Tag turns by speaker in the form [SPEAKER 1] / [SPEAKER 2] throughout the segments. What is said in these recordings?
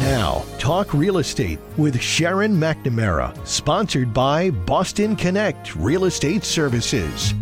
[SPEAKER 1] now, Talk Real Estate with Sharon McNamara, sponsored by Boston Connect Real Estate Services.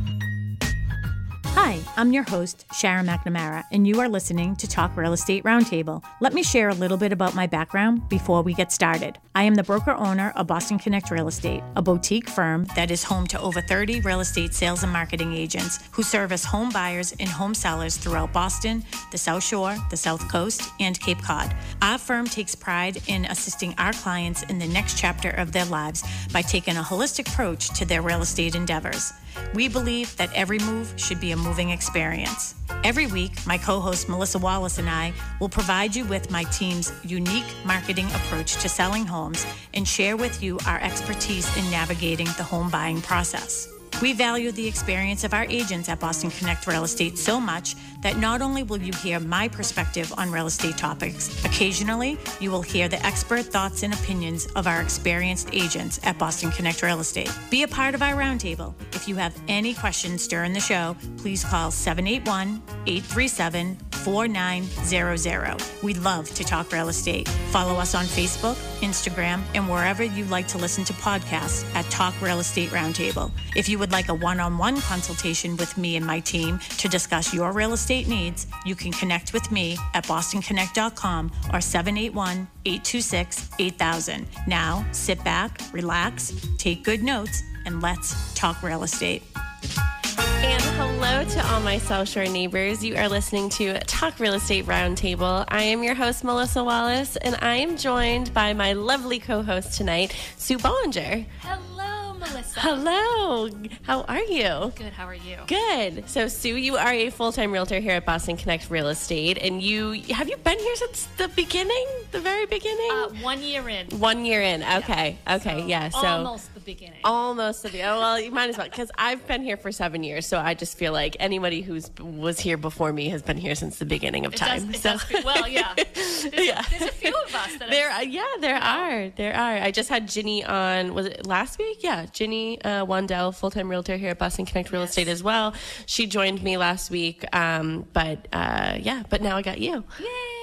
[SPEAKER 2] Hi, I'm your host, Sharon McNamara, and you are listening to Talk Real Estate Roundtable. Let me share a little bit about my background before we get started. I am the broker owner of Boston Connect Real Estate, a boutique firm that is home to over 30 real estate sales and marketing agents who service home buyers and home sellers throughout Boston, the South Shore, the South Coast, and Cape Cod. Our firm takes pride in assisting our clients in the next chapter of their lives by taking a holistic approach to their real estate endeavors. We believe that every move should be a moving experience. Every week, my co host Melissa Wallace and I will provide you with my team's unique marketing approach to selling homes and share with you our expertise in navigating the home buying process. We value the experience of our agents at Boston Connect Real Estate so much that not only will you hear my perspective on real estate topics, occasionally you will hear the expert thoughts and opinions of our experienced agents at Boston Connect Real Estate. Be a part of our roundtable. If you have any questions during the show, please call 781 837 4900. We'd love to talk real estate. Follow us on Facebook, Instagram, and wherever you like to listen to podcasts at Talk Real Estate Roundtable. If you would like a one on one consultation with me and my team to discuss your real estate needs, you can connect with me at bostonconnect.com or 781 826 8000. Now, sit back, relax, take good notes, and let's talk real estate.
[SPEAKER 3] And hello to all my South Shore neighbors. You are listening to Talk Real Estate Roundtable. I am your host, Melissa Wallace, and I am joined by my lovely co host tonight, Sue Bollinger.
[SPEAKER 4] Hello, Melissa.
[SPEAKER 3] Hello. How are you?
[SPEAKER 4] Good. How are you?
[SPEAKER 3] Good. So, Sue, you are a full time realtor here at Boston Connect Real Estate, and you have you been here since the beginning, the very beginning?
[SPEAKER 4] Uh, one year in.
[SPEAKER 3] One year in. Okay. Okay.
[SPEAKER 4] So,
[SPEAKER 3] yeah. So
[SPEAKER 4] almost the beginning.
[SPEAKER 3] Almost the beginning. Well, you might as well because I've been here for seven years, so I just feel like anybody who's was here before me has been here since the beginning of
[SPEAKER 4] It does-
[SPEAKER 3] time.
[SPEAKER 4] it
[SPEAKER 3] so.
[SPEAKER 4] does feel- well, yeah. There's,
[SPEAKER 3] Yeah.
[SPEAKER 4] A, there's a few of us that
[SPEAKER 3] There,
[SPEAKER 4] have,
[SPEAKER 3] are, yeah, there are, there are. I just had Ginny on. Was it last week? Yeah, Ginny uh, Wandell, full-time realtor here at Boston Connect Real Estate as well. She joined me last week, um, but uh, yeah, but now I got you.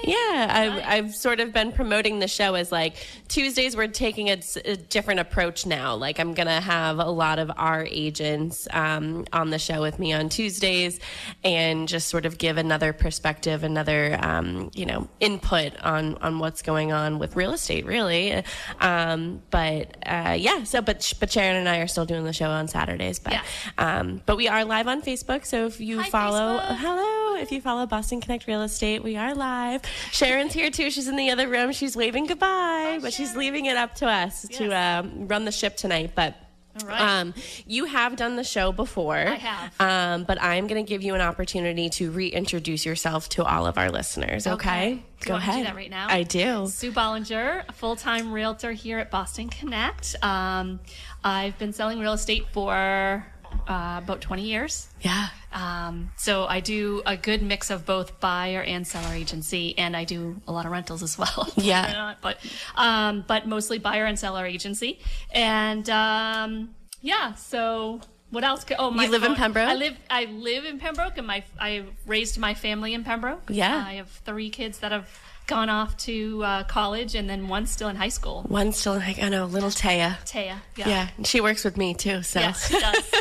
[SPEAKER 3] Yeah, I've, I've sort of been promoting the show as like Tuesdays. We're taking a, s- a different approach now. Like I'm gonna have a lot of our agents um, on the show with me on Tuesdays, and just sort of give another perspective, another um, you know input on on what's going on with real estate, really. Um, but uh, yeah, so but but Sharon and I are still doing the show on Saturdays, but
[SPEAKER 4] Yeah.
[SPEAKER 3] um, but we are live on Facebook. So if you
[SPEAKER 4] Hi,
[SPEAKER 3] follow,
[SPEAKER 4] Facebook.
[SPEAKER 3] hello, if you follow Boston Connect Real Estate, we are live. Sharon's here too. She's in the other room. She's waving goodbye,
[SPEAKER 4] Oh,
[SPEAKER 3] but she's leaving it up to us to um, run the ship tonight. But.
[SPEAKER 4] All right.
[SPEAKER 3] Um, you have done the show before. I
[SPEAKER 4] have.
[SPEAKER 3] Um, but I'm going to give you an opportunity to reintroduce yourself to all of our listeners, okay?
[SPEAKER 4] Okay. Do you
[SPEAKER 3] Go
[SPEAKER 4] want me
[SPEAKER 3] ahead.
[SPEAKER 4] to do that right now?
[SPEAKER 3] I do.
[SPEAKER 4] Sue Bollinger, a full-time realtor here at Boston Connect. Um, I've been selling real estate for uh, about 20 years.
[SPEAKER 3] Yeah.
[SPEAKER 4] Um, so I do a good mix of both buyer and seller agency, and I do a lot of rentals as well.
[SPEAKER 3] Yeah.
[SPEAKER 4] Why not? but um, but mostly buyer and seller agency, and um, yeah. So what else? Could, oh, my
[SPEAKER 3] You live in
[SPEAKER 4] phone-
[SPEAKER 3] Pembroke?
[SPEAKER 4] I live I live in Pembroke, and my I raised my family in Pembroke.
[SPEAKER 3] Yeah.
[SPEAKER 4] I have three kids that have gone off to uh, college, and then one still in high school.
[SPEAKER 3] One's still like, I know, little Taya.
[SPEAKER 4] Taya.
[SPEAKER 3] Yeah. and She works with me too. So,
[SPEAKER 4] Yes, she does.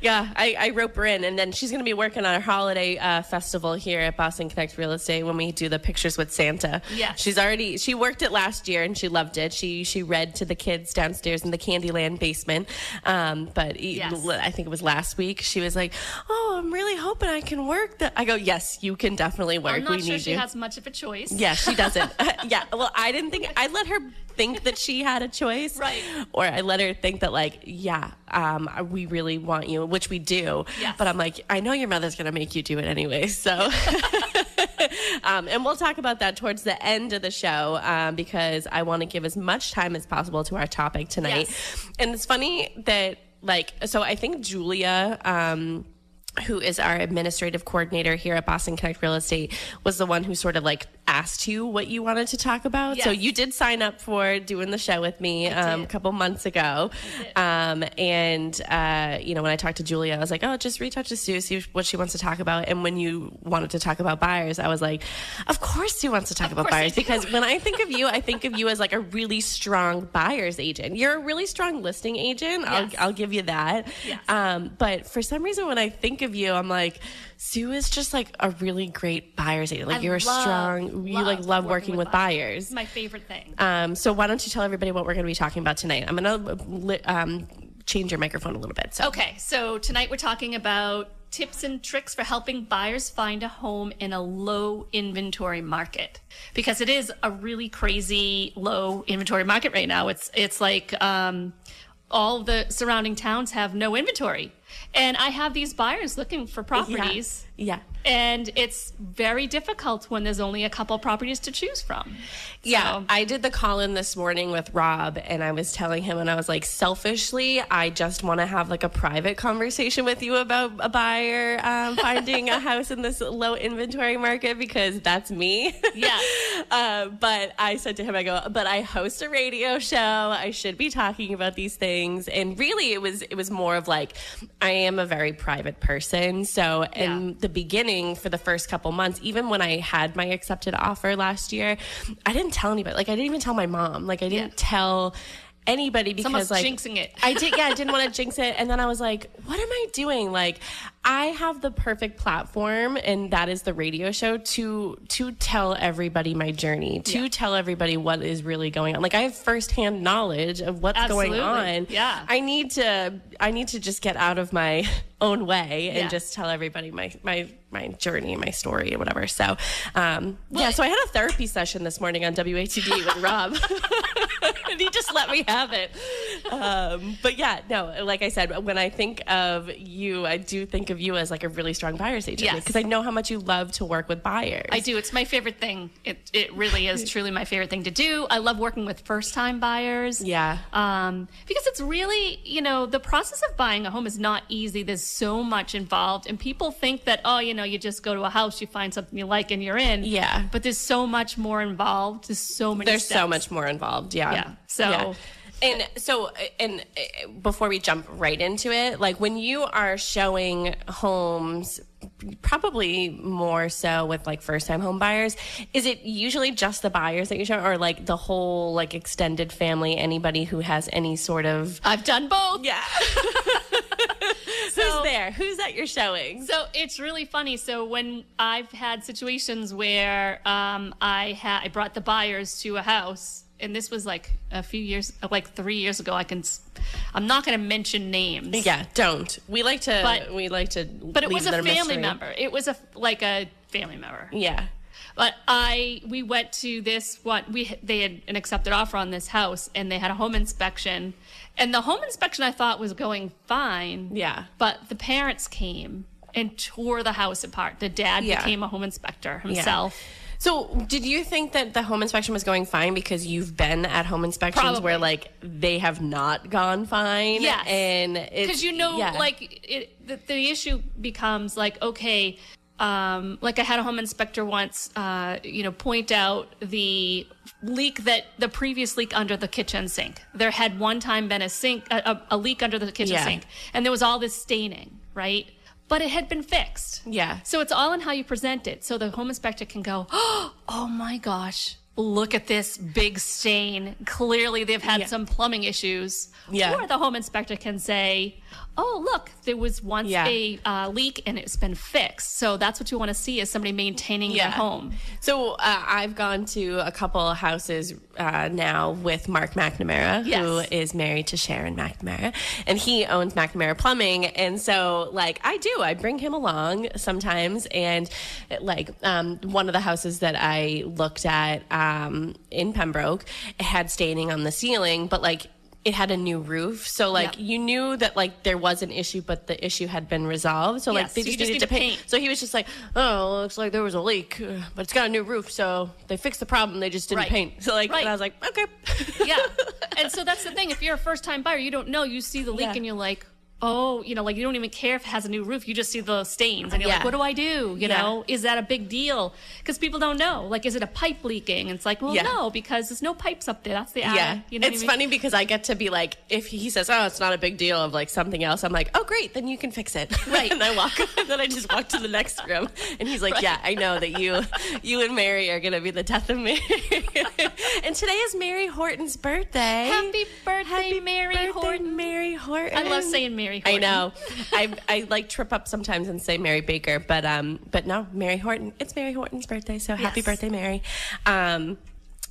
[SPEAKER 3] Yeah, I, I rope her in, and then she's going to be working on our holiday uh, festival here at Boston Connect Real Estate when we do the pictures with Santa.
[SPEAKER 4] Yes.
[SPEAKER 3] she's already she worked it last year and she loved it. She she read to the kids downstairs in the Candyland basement. Um, but e-
[SPEAKER 4] Yes.
[SPEAKER 3] l- I think it was last week. She was like, "Oh, I'm really hoping I can work." That I go, "Yes, you can definitely work.
[SPEAKER 4] I'm not
[SPEAKER 3] we
[SPEAKER 4] sure
[SPEAKER 3] need
[SPEAKER 4] she
[SPEAKER 3] you."
[SPEAKER 4] has much of a choice.
[SPEAKER 3] Yeah, she doesn't. yeah. Well, I didn't think I let her think that she had a choice.
[SPEAKER 4] Right.
[SPEAKER 3] Or I let her think that like, yeah, um, we really want you, which we do.
[SPEAKER 4] Yes.
[SPEAKER 3] But I'm like, I know your mother's gonna make you do it anyway. So um, and we'll talk about that towards the end of the show um, because I want to give as much time as possible to our topic tonight.
[SPEAKER 4] Yes.
[SPEAKER 3] And it's funny that like so I think Julia um who is our administrative coordinator here at Boston Connect Real Estate was the one who sort of like asked you what you wanted to talk about. So
[SPEAKER 4] Yes.
[SPEAKER 3] you did sign up for doing the show with me um, a couple months ago. Um, and, uh, you know, when I talked to Julia, I was like, oh, just reach out to Sue, see what she wants to talk about. And when you wanted to talk about buyers, I was like, of course Sue wants to talk about
[SPEAKER 4] course I
[SPEAKER 3] buyers.
[SPEAKER 4] do.
[SPEAKER 3] Because when I think of you, I think of you as like a really strong buyer's agent. You're a really strong listing agent. I'll,
[SPEAKER 4] Yes.
[SPEAKER 3] I'll give you that. Um, but for some reason, when I think of you, I'm like, Sue is just like a really great buyer's agent. Like
[SPEAKER 4] I
[SPEAKER 3] you're a
[SPEAKER 4] love,
[SPEAKER 3] strong. You like love working, with buyers.
[SPEAKER 4] It's my favorite thing.
[SPEAKER 3] Um, so why don't you tell everybody what we're going to be talking about tonight? I'm going to li- um, change your microphone a little bit. So
[SPEAKER 4] Okay, so tonight we're talking about tips and tricks for helping buyers find a home in a low inventory market because it is a really crazy low inventory market right now. It's it's like um, all the surrounding towns have no inventory, and I have these buyers looking for properties.
[SPEAKER 3] Oh, yeah.
[SPEAKER 4] And it's very difficult when there's only a couple properties to choose from.
[SPEAKER 3] Yeah,
[SPEAKER 4] So-
[SPEAKER 3] I did the call in this morning with Rob, and I was telling him, and I was like, selfishly, I just want to have like a private conversation with you about a buyer um, finding a house in this low inventory market because that's me.
[SPEAKER 4] Yeah.
[SPEAKER 3] uh, but I said to him, I go, but I host a radio show. I should be talking about these things. And really, it was it was more of like, I am a very private person. So in
[SPEAKER 4] Yeah.
[SPEAKER 3] the beginning, for the first couple months, even when I had my accepted offer last year, I didn't tell anybody. Like I didn't even tell my mom. Like I didn't
[SPEAKER 4] Yeah.
[SPEAKER 3] tell anybody because
[SPEAKER 4] almost
[SPEAKER 3] like
[SPEAKER 4] jinxing it.
[SPEAKER 3] I did, yeah, I didn't want to jinx it. And then I was like, what am I doing? Like, I have the perfect platform, and that is the radio show to to tell everybody my journey, to tell everybody what is really going on. Like, I have firsthand knowledge of what's going
[SPEAKER 4] Absolutely.
[SPEAKER 3] on.
[SPEAKER 4] Yeah.
[SPEAKER 3] I need to I need to just get out of my own way and
[SPEAKER 4] Yeah.
[SPEAKER 3] just tell everybody my my my journey, my story, and whatever. So, um, yeah. So I had a therapy session this morning on WATD with Rob. and he just let me have it. Um, but yeah, no, like I said, when I think of you, I do think of you as like a really strong buyer's agent
[SPEAKER 4] Yes.
[SPEAKER 3] because I know how much you love to work with buyers.
[SPEAKER 4] I do. It's my favorite thing. It it really is truly my favorite thing to do. I love working with first time buyers.
[SPEAKER 3] Yeah.
[SPEAKER 4] Um, because it's really, you know, the process of buying a home is not easy. There's so much involved, and people think that oh, you know, you just go to a house, you find something you like, and you're in.
[SPEAKER 3] Yeah.
[SPEAKER 4] But there's so much more involved. There's so many.
[SPEAKER 3] There's so
[SPEAKER 4] steps.
[SPEAKER 3] much more involved. Yeah.
[SPEAKER 4] Yeah. So-
[SPEAKER 3] And so, and uh, before we jump right into it, like when you are showing homes, probably more so with like first time home buyers, is it usually just the buyers that you show or like the whole like extended family, anybody who has any sort of.
[SPEAKER 4] I've done both.
[SPEAKER 3] Yeah. Who's there? Who's at your showings?
[SPEAKER 4] So it's really funny. So when I've had situations where um, I ha- I brought the buyers to a house, and this was like a few years, like three years ago. I can, s- I'm not going to mention names.
[SPEAKER 3] Yeah, don't. We like to.
[SPEAKER 4] But-
[SPEAKER 3] we like to.
[SPEAKER 4] but it was a family member. It was a like a family member.
[SPEAKER 3] Yeah.
[SPEAKER 4] But I we went to this what we they had an accepted offer on this house and they had a home inspection. And the home inspection I thought was going fine.
[SPEAKER 3] Yeah.
[SPEAKER 4] But the parents came and tore the house apart. The dad
[SPEAKER 3] Yeah.
[SPEAKER 4] became a home inspector himself.
[SPEAKER 3] So, did you think that the home inspection was going fine because you've been at home inspections
[SPEAKER 4] Probably.
[SPEAKER 3] where like they have not gone fine?
[SPEAKER 4] Yes.
[SPEAKER 3] and
[SPEAKER 4] because you know
[SPEAKER 3] yeah.
[SPEAKER 4] like it, the, the issue becomes like okay um, like i had a home inspector once uh, you know point out the leak that the previous leak under the kitchen sink there had one time been a sink a, a, a leak under the kitchen
[SPEAKER 3] Yeah.
[SPEAKER 4] sink and there was all this staining right but it had been fixed
[SPEAKER 3] Yeah.
[SPEAKER 4] so it's all in how you present it so the home inspector can go oh my gosh Look at this big stain. Clearly, they've had
[SPEAKER 3] Yeah.
[SPEAKER 4] some plumbing issues.
[SPEAKER 3] Yeah.
[SPEAKER 4] Or the home inspector can say, oh, look, there was once
[SPEAKER 3] Yeah.
[SPEAKER 4] a uh, leak and it's been fixed. So that's what you want to see is somebody maintaining
[SPEAKER 3] yeah.
[SPEAKER 4] their home.
[SPEAKER 3] So uh, I've gone to a couple of houses uh, now with Mark McNamara,
[SPEAKER 4] Yes.
[SPEAKER 3] who is married to Sharon McNamara, and he owns McNamara Plumbing. And so, like, I do, I bring him along sometimes. And like, um, one of the houses that I looked at um, in Pembroke had staining on the ceiling, but like. It had a new roof, so like
[SPEAKER 4] Yeah.
[SPEAKER 3] you knew that like there was an issue, but the issue had been resolved. So like
[SPEAKER 4] Yes,
[SPEAKER 3] they
[SPEAKER 4] you
[SPEAKER 3] just,
[SPEAKER 4] just
[SPEAKER 3] needed
[SPEAKER 4] need
[SPEAKER 3] to
[SPEAKER 4] to
[SPEAKER 3] paint.
[SPEAKER 4] paint.
[SPEAKER 3] So he was just like, "Oh, looks like there was a leak, uh, but it's got a new roof, so they fixed the problem. They just didn't
[SPEAKER 4] Right.
[SPEAKER 3] paint." So like,
[SPEAKER 4] Right.
[SPEAKER 3] and I was like, "Okay,
[SPEAKER 4] Yeah. and so that's the thing. If you're a first time buyer, you don't know. You see the leak
[SPEAKER 3] Yeah.
[SPEAKER 4] and you're like, oh, you know, like you don't even care if it has a new roof. You just see the stains and you're
[SPEAKER 3] Yeah.
[SPEAKER 4] like, what do I do? You
[SPEAKER 3] Yeah.
[SPEAKER 4] know, is that a big deal? Because people don't know. Like, is it a pipe leaking? And it's like, well,
[SPEAKER 3] Yeah.
[SPEAKER 4] no, because there's no pipes up there. That's the attic.
[SPEAKER 3] Yeah.
[SPEAKER 4] You know
[SPEAKER 3] it's
[SPEAKER 4] what I mean?
[SPEAKER 3] funny because I get to be like, if he says, oh, it's not a big deal of like something else, I'm like, oh, great, then you can fix it.
[SPEAKER 4] Right.
[SPEAKER 3] and I walk, and then I just walk to the next room. And he's like, yeah, I know that you, you and Mary are going to be the death of me. and today is Mary Horton's birthday.
[SPEAKER 4] Happy birthday, Mary
[SPEAKER 3] birthday,
[SPEAKER 4] Horton.
[SPEAKER 3] Mary Horton.
[SPEAKER 4] I love saying Mary
[SPEAKER 3] I
[SPEAKER 4] Horton.
[SPEAKER 3] know. I, I like trip up sometimes and say Mary Baker, but um, but no, Mary Horton. It's Mary Horton's birthday, so happy
[SPEAKER 4] Yes.
[SPEAKER 3] birthday, Mary. Um,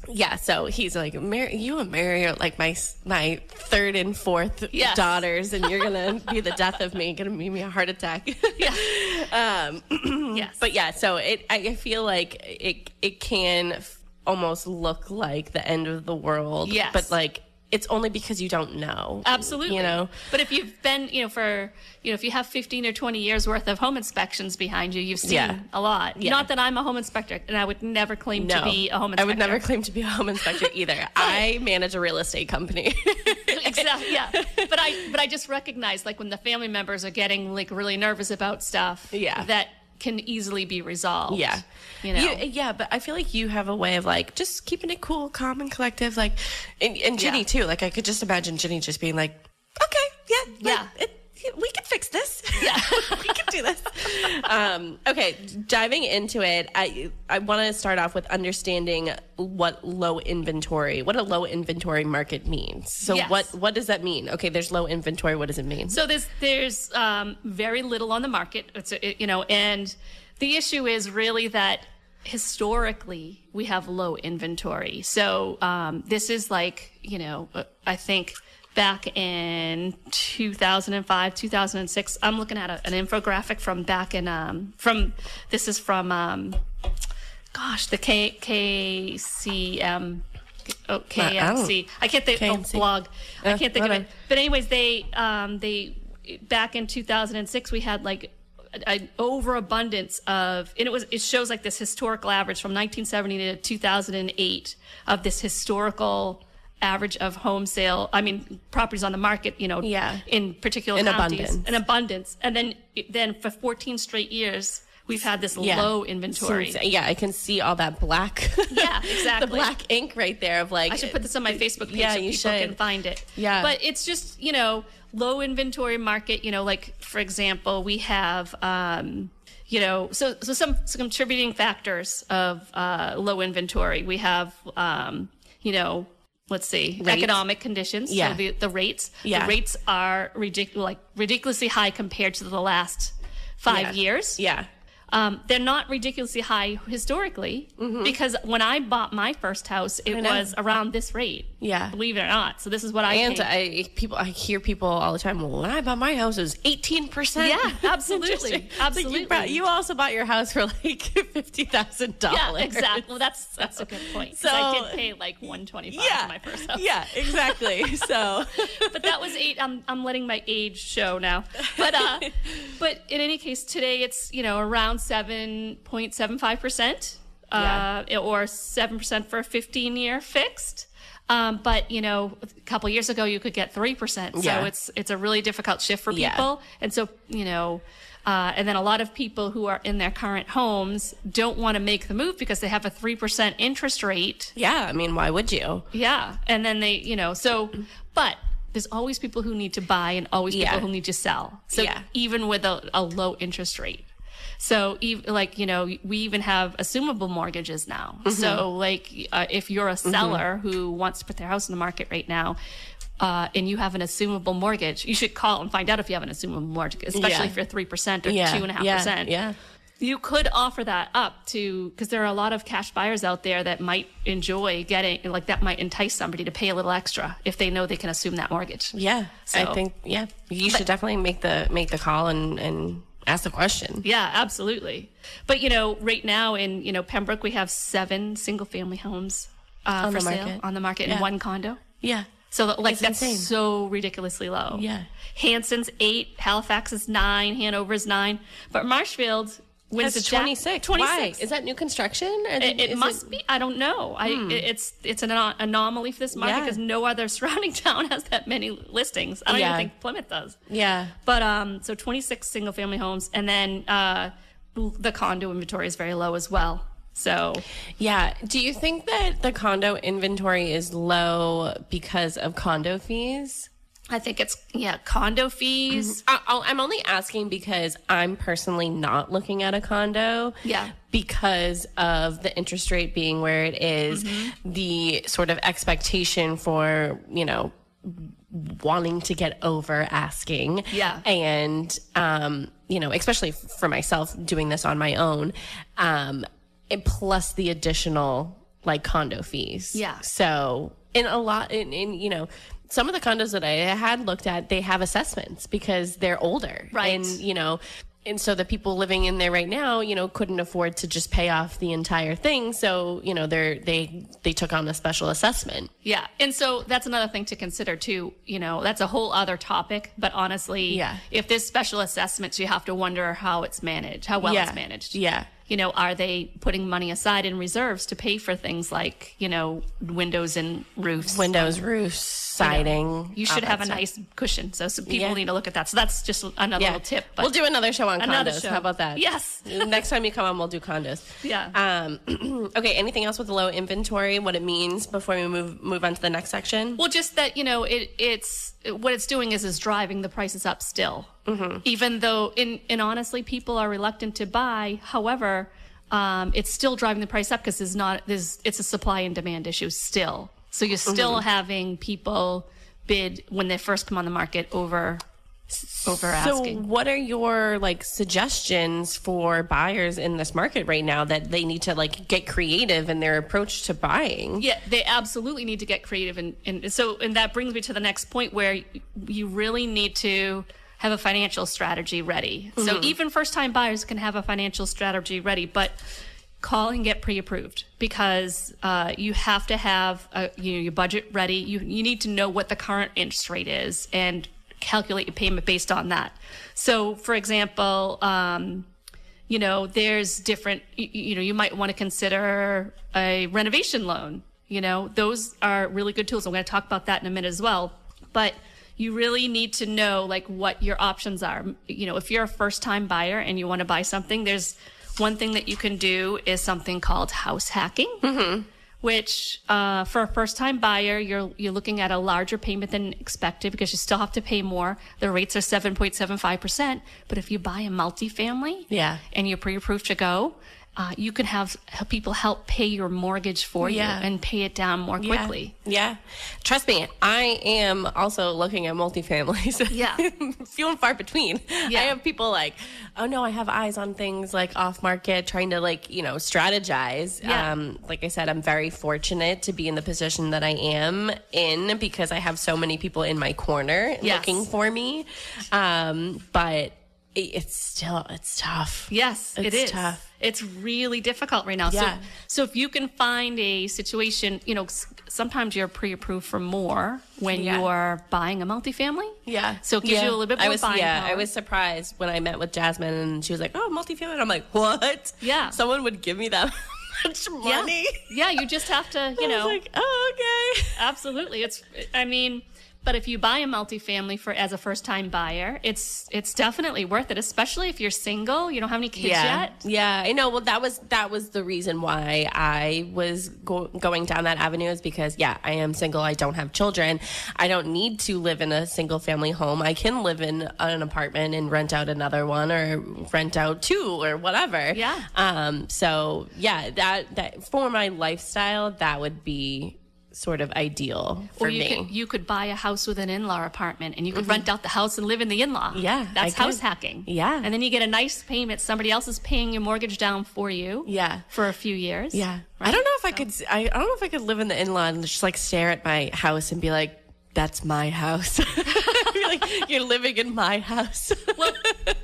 [SPEAKER 3] yeah, so he's like, Mary, you and Mary are like my s- my third and fourth
[SPEAKER 4] Yes.
[SPEAKER 3] daughters, and you're gonna be the death of me, gonna give me a heart attack.
[SPEAKER 4] Yes.
[SPEAKER 3] Um, But yeah, so it I I feel like it it can f- almost look like the end of the world.
[SPEAKER 4] Yes.
[SPEAKER 3] but like it's only because you don't know.
[SPEAKER 4] Absolutely.
[SPEAKER 3] you know.
[SPEAKER 4] but if you've been, you know, for, you know, if you have 15 or 20 years worth of home inspections behind you, you've seen
[SPEAKER 3] Yeah.
[SPEAKER 4] a lot. Not that I'm a home inspector and I would never claim to be a home inspector.
[SPEAKER 3] I would never claim to be a home inspector either. I manage a real estate company.
[SPEAKER 4] exactly. Yeah. But I, but I just recognize like when the family members are getting like really nervous about stuff
[SPEAKER 3] Yeah.
[SPEAKER 4] that can easily be resolved.
[SPEAKER 3] yeah.
[SPEAKER 4] You know,
[SPEAKER 3] yeah, but I feel like you have a way of like just keeping it cool, calm, and collective. Like, and, and Ginny
[SPEAKER 4] Yeah.
[SPEAKER 3] too. Like, I could just imagine Ginny just being like, okay, yeah, like,
[SPEAKER 4] Yeah.
[SPEAKER 3] it- we can fix this. Yeah, we can do this. Um, okay, diving into it, I I want to start off with understanding what low inventory, what a low inventory market means. So
[SPEAKER 4] Yes.
[SPEAKER 3] what what does that mean? Okay, there's low inventory. What does it mean?
[SPEAKER 4] So there's there's um, very little on the market. It's it, you know, and the issue is really that historically we have low inventory. So um, this is like you know, uh, I think back in 2005 2006 i'm looking at a, an infographic from back in um, from this is from um, gosh the K, kcm oh, kmc i can't think oh,
[SPEAKER 3] KMC.
[SPEAKER 4] blog i
[SPEAKER 3] Yeah,
[SPEAKER 4] can't think of
[SPEAKER 3] whatever.
[SPEAKER 4] it but anyways, they um, they back in 2006 we had like a- an overabundance of and it was it shows like this historical average from 1970 to 2008 of this historical average of home sale i mean properties on the market you know
[SPEAKER 3] Yeah.
[SPEAKER 4] in particular
[SPEAKER 3] In
[SPEAKER 4] counties
[SPEAKER 3] abundance.
[SPEAKER 4] in abundance and then then for 14 straight years we've had this
[SPEAKER 3] Yeah.
[SPEAKER 4] low inventory
[SPEAKER 3] Since- yeah, I can see all that black.
[SPEAKER 4] Yeah,
[SPEAKER 3] the
[SPEAKER 4] exactly.
[SPEAKER 3] black ink right there of like.
[SPEAKER 4] I should put this on my Facebook page
[SPEAKER 3] Yeah,
[SPEAKER 4] so
[SPEAKER 3] you
[SPEAKER 4] people
[SPEAKER 3] should.
[SPEAKER 4] can find it.
[SPEAKER 3] Yeah.
[SPEAKER 4] But it's just, you know, low inventory market, you know, like for example, we have um you know, so so some, some contributing factors of uh, low inventory. We have, um, you know, let's see, economic conditions.
[SPEAKER 3] Yeah.
[SPEAKER 4] So the, the rates.
[SPEAKER 3] Yeah.
[SPEAKER 4] The rates are ridic- like ridiculously high compared to the last five
[SPEAKER 3] Yeah.
[SPEAKER 4] years.
[SPEAKER 3] Yeah.
[SPEAKER 4] Um, they're not ridiculously high historically because when I bought my first house, it
[SPEAKER 3] know.
[SPEAKER 4] was around this rate.
[SPEAKER 3] Yeah.
[SPEAKER 4] believe it or not. So this is what I
[SPEAKER 3] And
[SPEAKER 4] paid.
[SPEAKER 3] I people I hear people all the time. Well, when I bought my house, it was eighteen percent.
[SPEAKER 4] Yeah, absolutely.
[SPEAKER 3] you,
[SPEAKER 4] Absolutely.
[SPEAKER 3] bought, you also bought your house for like fifty thousand
[SPEAKER 4] yeah,
[SPEAKER 3] dollars.
[SPEAKER 4] exactly. Well, that's that's a good point. So I
[SPEAKER 3] So-
[SPEAKER 4] did pay like one twenty five
[SPEAKER 3] Yeah.
[SPEAKER 4] for my first house.
[SPEAKER 3] Yeah. Exactly. so.
[SPEAKER 4] but that was eight. I'm I'm letting my age show now. But uh, but in any case, today it's you know around seven point seven five percent, uh,
[SPEAKER 3] Yeah.
[SPEAKER 4] or seven percent for a fifteen year fixed. Um, but you know, a couple years ago you could get three percent. So
[SPEAKER 3] Yeah.
[SPEAKER 4] it's it's a really difficult shift for people,
[SPEAKER 3] Yeah.
[SPEAKER 4] and so you know. Uh, and then a lot of people who are in their current homes don't want to make the move because they have a 3% interest rate
[SPEAKER 3] Yeah. I mean, why would you?
[SPEAKER 4] yeah. And then they, you know, so, but there's always people who need to buy and always
[SPEAKER 3] Yeah.
[SPEAKER 4] people who need to sell. So
[SPEAKER 3] Yeah.
[SPEAKER 4] even with a, a low interest rate. So, ev- like, you know, we even have assumable mortgages now.
[SPEAKER 3] Mm-hmm.
[SPEAKER 4] So, like, uh, if you're a seller who wants to put their house in the market right now, uh, and you have an assumable mortgage, you should call and find out if you have an assumable mortgage, especially
[SPEAKER 3] Yeah.
[SPEAKER 4] if you're 3% or
[SPEAKER 3] Yeah.
[SPEAKER 4] 2.5%.
[SPEAKER 3] Yeah.
[SPEAKER 4] You could offer that up to because there are a lot of cash buyers out there that might enjoy getting like that might entice somebody to pay a little extra if they know they can assume that mortgage.
[SPEAKER 3] Yeah. I
[SPEAKER 4] So-
[SPEAKER 3] think. Yeah. You should definitely make the make the call and and ask the question.
[SPEAKER 4] Yeah, absolutely. But you know, right now in you know Pembroke, we have seven single-family homes uh,
[SPEAKER 3] On
[SPEAKER 4] for
[SPEAKER 3] the
[SPEAKER 4] sale
[SPEAKER 3] market.
[SPEAKER 4] on the market
[SPEAKER 3] Yeah.
[SPEAKER 4] and one condo.
[SPEAKER 3] Yeah.
[SPEAKER 4] So that- like
[SPEAKER 3] It's
[SPEAKER 4] that's
[SPEAKER 3] insane.
[SPEAKER 4] so ridiculously low.
[SPEAKER 3] Yeah.
[SPEAKER 4] Hanson's eight, Halifax is nine, Hanover's nine, but Marshfield When's
[SPEAKER 3] That's
[SPEAKER 4] the Jack-
[SPEAKER 3] 26. Why?
[SPEAKER 4] 26.
[SPEAKER 3] Is that new construction? Or
[SPEAKER 4] It,
[SPEAKER 3] did-
[SPEAKER 4] it
[SPEAKER 3] is Hmm.
[SPEAKER 4] must be. I don't know. I it- it's it's an ano- anomaly for this market
[SPEAKER 3] Yeah.
[SPEAKER 4] because no other surrounding town has that many listings. I don't
[SPEAKER 3] Yeah.
[SPEAKER 4] even think Plymouth does.
[SPEAKER 3] Yeah.
[SPEAKER 4] But um, so 26 single family homes, and then uh, l- the condo inventory is very low as well. So
[SPEAKER 3] Yeah. Do you think that the condo inventory is low because of condo fees?
[SPEAKER 4] I think it's yeah condo fees.
[SPEAKER 3] I- I'll- I'm only asking because I'm personally not looking at a condo.
[SPEAKER 4] Yeah.
[SPEAKER 3] Because of the interest rate being where it is,
[SPEAKER 4] Mm-hmm.
[SPEAKER 3] the sort of expectation for, you know, wanting to get over asking.
[SPEAKER 4] Yeah.
[SPEAKER 3] And, um, you know, especially f- for myself doing this on my own, um, and plus the additional like condo fees.
[SPEAKER 4] Yeah.
[SPEAKER 3] So in a lot, in, in you know, some of the condos that I had looked at, they have assessments because they're older.
[SPEAKER 4] Right.
[SPEAKER 3] And, you know, and so the people living in there right now, you know, couldn't afford to just pay off the entire thing. So, you know, they're, they, they took on a special assessment.
[SPEAKER 4] Yeah. And so that's another thing to consider too. You know, that's a whole other topic. But honestly,
[SPEAKER 3] Yeah.
[SPEAKER 4] if there's special assessments, you have to wonder how it's managed, how well
[SPEAKER 3] Yeah.
[SPEAKER 4] it's managed.
[SPEAKER 3] Yeah.
[SPEAKER 4] You know, are they putting money aside in reserves to pay for things like, you know, windows and roofs?
[SPEAKER 3] Windows, roofs, siding.
[SPEAKER 4] you should
[SPEAKER 3] all
[SPEAKER 4] have
[SPEAKER 3] that
[SPEAKER 4] a
[SPEAKER 3] stuff.
[SPEAKER 4] nice cushion. So some people
[SPEAKER 3] Yeah.
[SPEAKER 4] need to look at that. So that's just another little tip. But
[SPEAKER 3] we'll do another show on
[SPEAKER 4] Another
[SPEAKER 3] condos.
[SPEAKER 4] show.
[SPEAKER 3] How about that?
[SPEAKER 4] Yes.
[SPEAKER 3] Next time you come on, we'll do condos.
[SPEAKER 4] Yeah.
[SPEAKER 3] Um, okay. Anything else with low inventory? What it means before we move move on to the next section?
[SPEAKER 4] Well, just that you know, it it's what it's doing is is driving the prices up still. Even though, in and honestly, people are reluctant to buy. However, um, it's still driving the price up because there's not there's it's a supply and demand issue still. So you're still having people bid when they first come on the market over over
[SPEAKER 3] So,
[SPEAKER 4] asking.
[SPEAKER 3] what are your like suggestions for buyers in this market right now that they need to like get creative in their approach to buying?
[SPEAKER 4] Yeah, they absolutely need to get creative, and, and so and that brings me to the next point where y- you really need to have a financial strategy ready. So even first-time buyers can have a financial strategy ready, but call and get pre-approved because uh, you have to have a, you know your budget ready. You you need to know what the current interest rate is and calculate your payment based on that. So, for example. Um, you know, there's different, you, you know, you might want to consider a renovation loan. You know, those are really good tools. I'm going to talk about that in a minute as well. But you really need to know like what your options are. You know, if you're a first time buyer and you want to buy something, there's one thing that you can do is something called house hacking which uh, for a first-time buyer, you're you're looking at a larger payment than expected because you still have to pay more. The rates are 7.75 percent, but if you buy a multifamily,
[SPEAKER 3] Yeah.
[SPEAKER 4] and you're pre-approved to go, uh, you can have help people help pay your mortgage for
[SPEAKER 3] Yeah.
[SPEAKER 4] you and pay it down more
[SPEAKER 3] Yeah.
[SPEAKER 4] quickly.
[SPEAKER 3] Yeah. Trust me, I am also looking at multifamilies.
[SPEAKER 4] Yeah.
[SPEAKER 3] Few and far between.
[SPEAKER 4] Yeah.
[SPEAKER 3] I have people like, oh no, I have eyes on things like off market, trying to like, you know, strategize.
[SPEAKER 4] Yeah.
[SPEAKER 3] Um, like I said, I'm very fortunate to be in the position that I am in because I have so many people in my corner
[SPEAKER 4] Yes.
[SPEAKER 3] looking for me. Um, but it, it's still, it's tough.
[SPEAKER 4] Yes,
[SPEAKER 3] It's
[SPEAKER 4] it's
[SPEAKER 3] tough.
[SPEAKER 4] It's really difficult right now.
[SPEAKER 3] Yeah.
[SPEAKER 4] So, so if you can find a situation, you know, s- sometimes you're pre-approved for more when
[SPEAKER 3] Yeah.
[SPEAKER 4] you are buying a multifamily.
[SPEAKER 3] Yeah.
[SPEAKER 4] So it gives
[SPEAKER 3] Yeah.
[SPEAKER 4] you a little bit more
[SPEAKER 3] I was,
[SPEAKER 4] buying
[SPEAKER 3] Yeah, I
[SPEAKER 4] power.
[SPEAKER 3] was surprised when I met with Jasmine and she was like, oh, multifamily. And I'm like, what?
[SPEAKER 4] Yeah.
[SPEAKER 3] Someone would give me that much money.
[SPEAKER 4] Yeah, you just have to, you
[SPEAKER 3] I was
[SPEAKER 4] know,
[SPEAKER 3] like, oh, okay.
[SPEAKER 4] absolutely. It's, I mean, but if you buy a multifamily for as a first-time buyer, it's it's definitely worth it, especially if you're single, you don't have any kids
[SPEAKER 3] yeah.
[SPEAKER 4] yet.
[SPEAKER 3] Yeah, I know. Well, that was that was the reason why I was go- going down that avenue is because yeah, I am single. I don't have children. I don't need to live in a single family home. I can live in an apartment and rent out another one or rent out two or whatever.
[SPEAKER 4] Yeah.
[SPEAKER 3] Um. So yeah, that that for my lifestyle, that would be sort of ideal for
[SPEAKER 4] or you
[SPEAKER 3] me. Mm-hmm.
[SPEAKER 4] could you could buy a house with an in-law apartment and you could rent out the house and live in the in-law.
[SPEAKER 3] Yeah, I
[SPEAKER 4] That's
[SPEAKER 3] could.
[SPEAKER 4] house hacking.
[SPEAKER 3] Yeah.
[SPEAKER 4] And then you get a nice payment. Somebody else is paying your mortgage down for you.
[SPEAKER 3] Yeah.
[SPEAKER 4] For a few years.
[SPEAKER 3] Yeah. I don't know if I could. I, I don't know if I could live in the in law and just like stare at my house and be like, "That's my house." You're like you're living in my house.
[SPEAKER 4] well,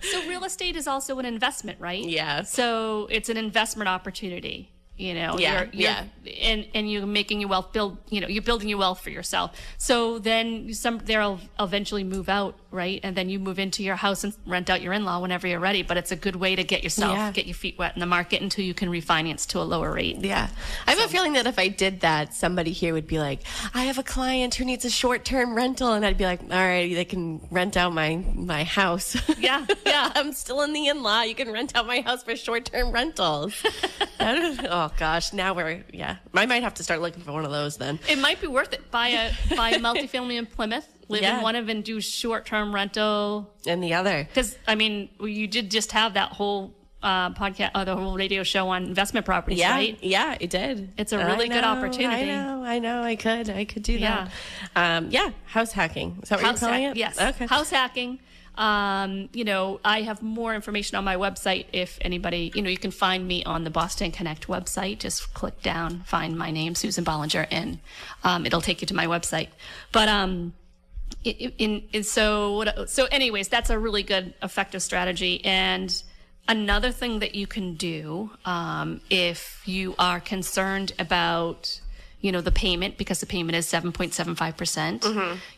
[SPEAKER 4] so real estate is also an investment, right?
[SPEAKER 3] Yeah.
[SPEAKER 4] So it's an investment opportunity. you know
[SPEAKER 3] Yeah,
[SPEAKER 4] you're, you're- and and you're making your wealth build you know you're building your wealth for yourself so then some they'll eventually move out right and then you move into your house and rent out your in-law whenever you're ready but it's a good way to get yourself
[SPEAKER 3] Yeah.
[SPEAKER 4] get your feet wet in the market until you can refinance to a lower rate
[SPEAKER 3] Yeah. I have a feeling that if I did that, somebody here would be like, I have a client who needs a short term rental. And I'd be like, all right, they can rent out my, my house.
[SPEAKER 4] Yeah, yeah.
[SPEAKER 3] I'm still in the in law. You can rent out my house for short term rentals. That is- oh, gosh. Now we're, yeah. I might have to start looking for one of those then.
[SPEAKER 4] it might be worth it buy a buy a multifamily in plymouth live
[SPEAKER 3] Yeah.
[SPEAKER 4] in one of and do short-term rental
[SPEAKER 3] And the other.
[SPEAKER 4] Because I mean, you did just have that whole uh, podcast, or the whole radio show on investment properties,
[SPEAKER 3] Yeah,
[SPEAKER 4] right?
[SPEAKER 3] yeah, it did.
[SPEAKER 4] It's a
[SPEAKER 3] I
[SPEAKER 4] really good
[SPEAKER 3] know, I
[SPEAKER 4] opportunity.
[SPEAKER 3] know, I know, I could, I could do that. Um, yeah, house hacking. Is that what
[SPEAKER 4] House
[SPEAKER 3] you're calling
[SPEAKER 4] hack-
[SPEAKER 3] it?
[SPEAKER 4] yes.
[SPEAKER 3] Okay.
[SPEAKER 4] House hacking. Um, you know, I have more information on my website. If anybody, you know, you can find me on the Boston Connect website. Just click down, find my name, Susan Bollinger, and um, it'll take you to my website. But um, i- i- in, in so what, so anyways that's a really good effective strategy and another thing that you can do um, if you are concerned about you know the payment because the payment is 7.75% percent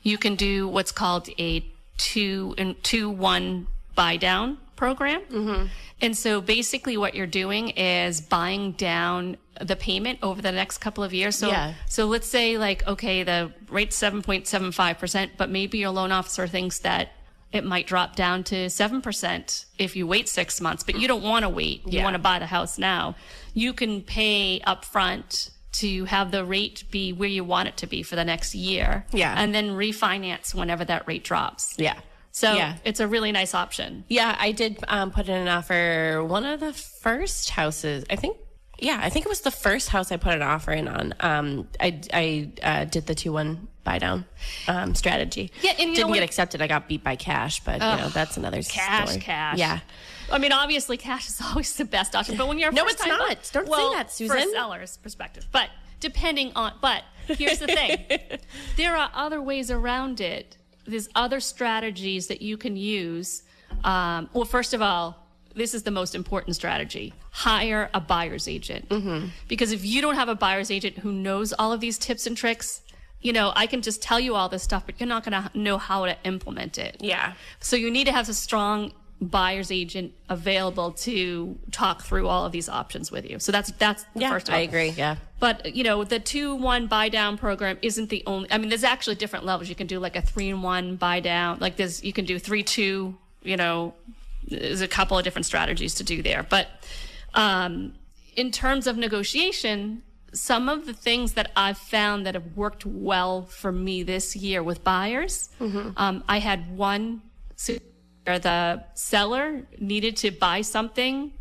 [SPEAKER 4] you can do what's called a two and two one buy down program and so basically what you're doing is buying down the payment over the next couple of years so
[SPEAKER 3] Yeah.
[SPEAKER 4] so let's say like, okay, the rate's seven point seven five percent, but maybe your loan officer thinks that it might drop down to seven percent if you wait six months, but you don't want to wait. You
[SPEAKER 3] Yeah.
[SPEAKER 4] want to buy the house now. You can pay upfront to have the rate be where you want it to be for the next year.
[SPEAKER 3] Yeah.
[SPEAKER 4] And then refinance whenever that rate drops.
[SPEAKER 3] yeah.
[SPEAKER 4] So
[SPEAKER 3] yeah.
[SPEAKER 4] it's a really nice option.
[SPEAKER 3] Yeah, I did um, put in an offer. One of the first houses, I think. Yeah, I think it was the first house I put an offer in on. Um, I I uh, did the two one buy down um, strategy.
[SPEAKER 4] Yeah, and you know
[SPEAKER 3] didn't
[SPEAKER 4] what-
[SPEAKER 3] get accepted. I got beat by cash, but you know that's another
[SPEAKER 4] Cash,
[SPEAKER 3] story.
[SPEAKER 4] cash.
[SPEAKER 3] Yeah,
[SPEAKER 4] I mean, obviously, cash is always the best option. But when you're a
[SPEAKER 3] No,
[SPEAKER 4] first
[SPEAKER 3] it's
[SPEAKER 4] time
[SPEAKER 3] not. Don't say
[SPEAKER 4] well,
[SPEAKER 3] that, Susan.
[SPEAKER 4] For a seller's perspective, but depending on, but here's the thing: there are other ways around it. There's other strategies that you can use. Um, well, first of all, this is the most important strategy: hire a buyer's agent.
[SPEAKER 3] Mm-hmm.
[SPEAKER 4] Because if you don't have a buyer's agent who knows all of these tips and tricks, you know, I can just tell you all this stuff, but you're not going to know how to implement it.
[SPEAKER 3] yeah.
[SPEAKER 4] So you need to have a strong buyer's agent available to talk through all of these options with you. So that's that's the
[SPEAKER 3] Yeah,
[SPEAKER 4] first of
[SPEAKER 3] I
[SPEAKER 4] all.
[SPEAKER 3] agree, yeah.
[SPEAKER 4] But you know, the two one buy down program isn't the only I mean there's actually different levels. You can do like a three and one buy down, like there's you can do three two, you know, there's a couple of different strategies to do there. But um in terms of negotiation, some of the things that I've found that have worked well for me this year with buyers, um, I had one si- where the seller needed to buy something